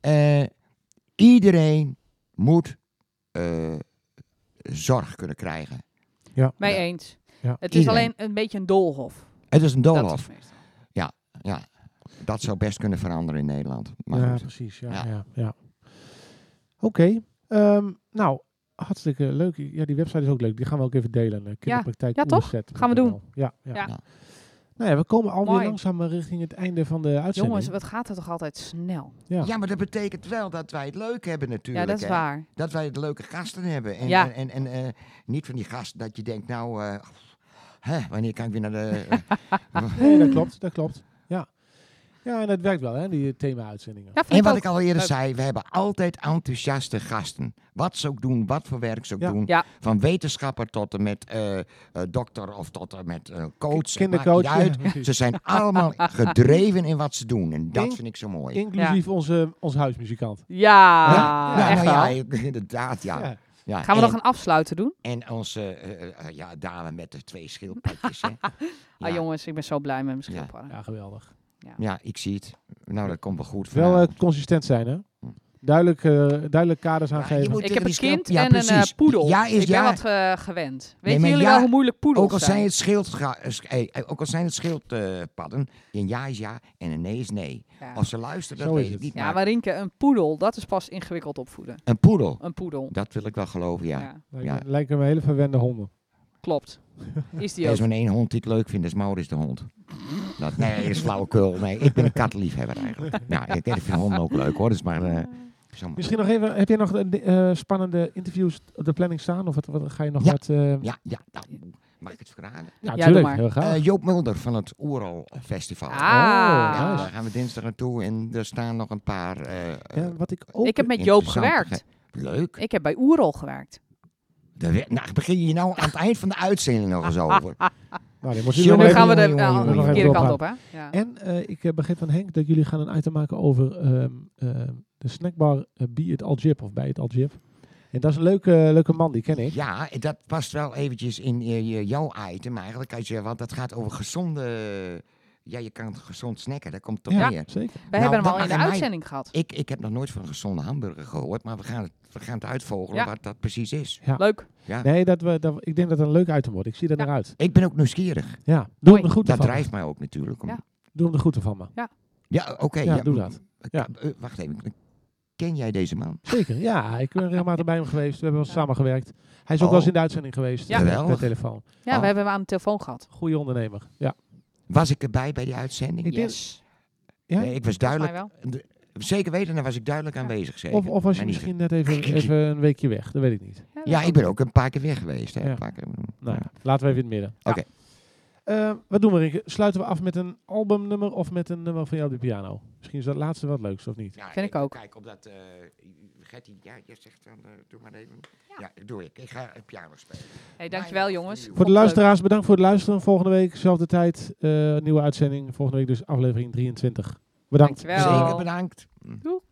Speaker 4: Eh, iedereen moet eh, zorg kunnen krijgen.
Speaker 3: Mee
Speaker 4: Ja.
Speaker 3: eens.
Speaker 2: Ja.
Speaker 3: Het is
Speaker 4: Iedereen.
Speaker 3: alleen een beetje een doolhof.
Speaker 4: Het is een
Speaker 3: Dat
Speaker 4: doolhof.
Speaker 3: is meestal.
Speaker 4: Ja, dat zou best kunnen veranderen in Nederland. Maar
Speaker 2: ja,
Speaker 4: goed.
Speaker 2: precies. Ja,
Speaker 4: Ja.
Speaker 2: ja. ja, Oké. Ehm, nou, hartstikke leuk. Ja, die website is ook leuk. Die gaan we ook even delen. eh, Kinderpraktijk
Speaker 3: Ja, toch?
Speaker 2: OZ.
Speaker 3: Gaan we doen.
Speaker 2: Ja, ja.
Speaker 3: Ja.
Speaker 4: Ja.
Speaker 2: Nou ja, we komen alweer
Speaker 3: Mooi.
Speaker 2: langzaam eh, richting het einde van de uitzending.
Speaker 3: Jongens, wat gaat het toch altijd snel?
Speaker 2: Ja.
Speaker 4: Ja, maar dat betekent wel dat wij het leuk hebben natuurlijk.
Speaker 3: ja, dat is
Speaker 4: hè.
Speaker 3: waar.
Speaker 4: Dat wij het leuke gasten hebben. En,
Speaker 3: Ja.
Speaker 4: en, en eh, niet van die gasten dat je denkt, nou, eh, hè, wanneer kan ik weer naar de... eh,
Speaker 2: Nee, dat klopt, dat klopt. Ja, ja en dat werkt wel, hè, die eh, thema-uitzendingen.
Speaker 3: Ja, vind
Speaker 4: en
Speaker 3: ik
Speaker 4: wat
Speaker 3: ook.
Speaker 4: ik al eerder
Speaker 3: leuk.
Speaker 4: zei, we hebben altijd enthousiaste gasten. Wat ze ook doen, wat voor werk ze ook
Speaker 2: Ja.
Speaker 4: doen.
Speaker 3: Ja.
Speaker 4: Van wetenschapper tot en met eh, eh, dokter of tot en met eh, coach. Het maakt
Speaker 2: Kindercoach,
Speaker 4: niet
Speaker 2: ja,
Speaker 4: uit.
Speaker 2: precies.
Speaker 4: Ze zijn allemaal gedreven in wat ze doen. En dat
Speaker 2: Denk-
Speaker 4: vind ik zo mooi.
Speaker 2: Inclusief onze, eh, onze huismuzikant.
Speaker 3: Ja,
Speaker 4: Ja, nou,
Speaker 3: echt
Speaker 4: nou
Speaker 3: wel.
Speaker 4: ja, inderdaad, ja.
Speaker 2: Ja.
Speaker 4: Ja,
Speaker 3: Gaan we
Speaker 4: en,
Speaker 3: nog een afsluiten doen?
Speaker 4: en onze eh, eh, eh, ja, dame met de twee schildpadjes. hè. Ja.
Speaker 3: Ah, jongens, ik ben zo blij met mijn
Speaker 4: Ja.
Speaker 3: schildpadden.
Speaker 2: Ja, geweldig.
Speaker 4: Ja, ik zie het. Nou, dat komt wel goed.
Speaker 2: Wel
Speaker 4: vanavond.
Speaker 2: eh, consistent zijn, hè? Duidelijk, eh, duidelijk kaders
Speaker 4: je
Speaker 2: aangeven.
Speaker 4: moet
Speaker 3: Ik
Speaker 4: tegen
Speaker 3: heb een
Speaker 4: dus die schildpad-
Speaker 3: kind
Speaker 4: Ja,
Speaker 3: en een eh,
Speaker 4: precies.
Speaker 3: poedel.
Speaker 4: Ja, is-
Speaker 3: ik ben
Speaker 4: ja.
Speaker 3: wat eh, gewend. Weten
Speaker 4: maar
Speaker 3: jullie
Speaker 4: ja,
Speaker 3: wel hoe moeilijk poedels
Speaker 4: Ook al zijn
Speaker 3: zijn?
Speaker 4: het schildga- eh, sch- eh, eh, ook al zijn het schildpadden, een ja is ja en een nee is nee.
Speaker 3: Ja.
Speaker 4: Als ze luisteren, dat
Speaker 2: Zo is
Speaker 4: weet ik
Speaker 2: het.
Speaker 4: niet.
Speaker 3: Ja,
Speaker 4: maar
Speaker 3: maar Rinke, een poedel, dat is pas ingewikkeld opvoeden.
Speaker 4: Een poedel,
Speaker 3: Een poedel.
Speaker 4: dat wil ik wel geloven, ja.
Speaker 3: Ja,
Speaker 4: ja.
Speaker 2: Lijken, lijken me hele verwende honden.
Speaker 3: klopt. Is die
Speaker 4: Er
Speaker 3: ook.
Speaker 4: is maar één hond die het leuk vindt, dat is Maurits de hond. Dat, nee, dat is flauwekul. Nee, ik ben een katliefhebber eigenlijk. Ja, ik ik vind honden ook leuk hoor. Dus maar, eh, zo maar.
Speaker 2: Misschien nog even, heb jij nog eh, de- eh, spannende interviews op de planning staan? Of wat, wat ga je nog
Speaker 4: Ja.
Speaker 2: wat... eh, ja,
Speaker 4: Ja, ja, nou, mag ik het verraden?
Speaker 3: Ja, doe
Speaker 2: natuurlijk,
Speaker 3: maar.
Speaker 2: heel graag.
Speaker 4: Eh, Joop Mulder van het Oeral Festival.
Speaker 3: Ah.
Speaker 4: Ja, daar gaan we dinsdag naartoe en er staan nog een paar. eh,
Speaker 2: ja, wat ik ook...
Speaker 3: ik heb met Joop
Speaker 4: interessante
Speaker 3: gewerkt.
Speaker 4: Leuk.
Speaker 3: Ik heb bij Oerol gewerkt.
Speaker 4: Daar we- nou, begin je nou aan het eind van de uitzending nog eens over.
Speaker 2: nou, die moet
Speaker 4: Jongen,
Speaker 3: Nu
Speaker 2: nog
Speaker 3: gaan we de
Speaker 4: jongen,
Speaker 3: nou,
Speaker 4: jongen,
Speaker 3: de
Speaker 4: jongen.
Speaker 3: verkeerde
Speaker 2: Even
Speaker 3: kant op, hè? Ja.
Speaker 2: En eh, ik eh, begreep van Henk dat jullie gaan een item maken over ehm, ehm, de snackbar eh, Be It Al Jib of bij het Al Jib. En dat is een leuke, leuke man, die ken ik.
Speaker 4: Ja, dat past wel eventjes in eh, je- jouw item eigenlijk. Als je, want dat gaat over gezonde... Ja, je kan gezond snacken, daar komt het op neer.
Speaker 2: zeker.
Speaker 3: We
Speaker 4: Nou,
Speaker 3: hebben hem
Speaker 4: dat
Speaker 3: al in
Speaker 4: mag
Speaker 3: de
Speaker 4: aan mij.
Speaker 3: uitzending gehad.
Speaker 4: Ik, ik heb nog nooit van een gezonde hamburger gehoord, maar we gaan het, we gaan het uitvogelen
Speaker 3: Ja.
Speaker 4: wat dat precies is.
Speaker 3: Leuk.
Speaker 4: Ja.
Speaker 2: Nee, dat we, dat, we- ik denk dat het een leuk item wordt. Ik zie dat
Speaker 3: Ja.
Speaker 2: eruit.
Speaker 4: Ik ben ook nieuwsgierig.
Speaker 2: Ja, doe hem
Speaker 3: Mooi.
Speaker 2: de groeten
Speaker 4: Dat
Speaker 2: van me.
Speaker 4: drijft mij ook natuurlijk. Om...
Speaker 3: Ja.
Speaker 4: Ja,
Speaker 2: Doe hem de groeten van me.
Speaker 4: oké.
Speaker 2: Ja, doe dat. Ja.
Speaker 4: Eh, wacht even. Ken jij deze man?
Speaker 2: Zeker, ja. Ik ben regelmatig bij hem geweest. We hebben wel samen gewerkt. Hij is ook
Speaker 4: Oh.
Speaker 2: wel eens in de uitzending geweest.
Speaker 3: Ja.
Speaker 2: eh, Per
Speaker 4: Geweldig.
Speaker 2: telefoon.
Speaker 3: Ja,
Speaker 4: Oh.
Speaker 3: we hebben hem aan de telefoon gehad.
Speaker 2: Goeie ondernemer. Ja.
Speaker 4: Was ik erbij bij die uitzending?
Speaker 2: Ik denk-
Speaker 3: Yes.
Speaker 2: Ja?
Speaker 4: Nee, ik was
Speaker 3: Volgens mij
Speaker 4: duidelijk...
Speaker 3: wel.
Speaker 4: Zeker weten, daar was ik duidelijk aanwezig. Zeker.
Speaker 2: Of, of was je
Speaker 4: Maar niet-
Speaker 2: misschien net even, even een weekje weg. Dat weet ik niet.
Speaker 3: dat
Speaker 4: Ja,
Speaker 3: kan.
Speaker 4: ik ben ook een paar keer weg geweest. Hè.
Speaker 2: Ja.
Speaker 4: Een paar keer,
Speaker 2: Nou,
Speaker 4: ja.
Speaker 2: laten we even in het midden.
Speaker 4: Oké.
Speaker 2: Eh, wat doen we, Rinke? Sluiten we af met een albumnummer of met een nummer van jou op de piano? Misschien is dat laatste wat leukst, of niet?
Speaker 4: Ja,
Speaker 3: Vind ik ook.
Speaker 4: Kijk, op dat... eh Gertie, ja, je zegt van, eh, doe maar even. Ja, doe ik. Ik ga eh, piano spelen.
Speaker 3: Hey, dankjewel jongens.
Speaker 4: Voor
Speaker 2: Voor
Speaker 3: Vond
Speaker 2: de
Speaker 3: ik leuk.
Speaker 2: luisteraars, bedankt voor het luisteren. Volgende week, zelfde tijd, eh, nieuwe uitzending. Volgende week dus aflevering 23. Bedankt.
Speaker 3: Dankjewel.
Speaker 4: Zeker bedankt.
Speaker 3: Doeg.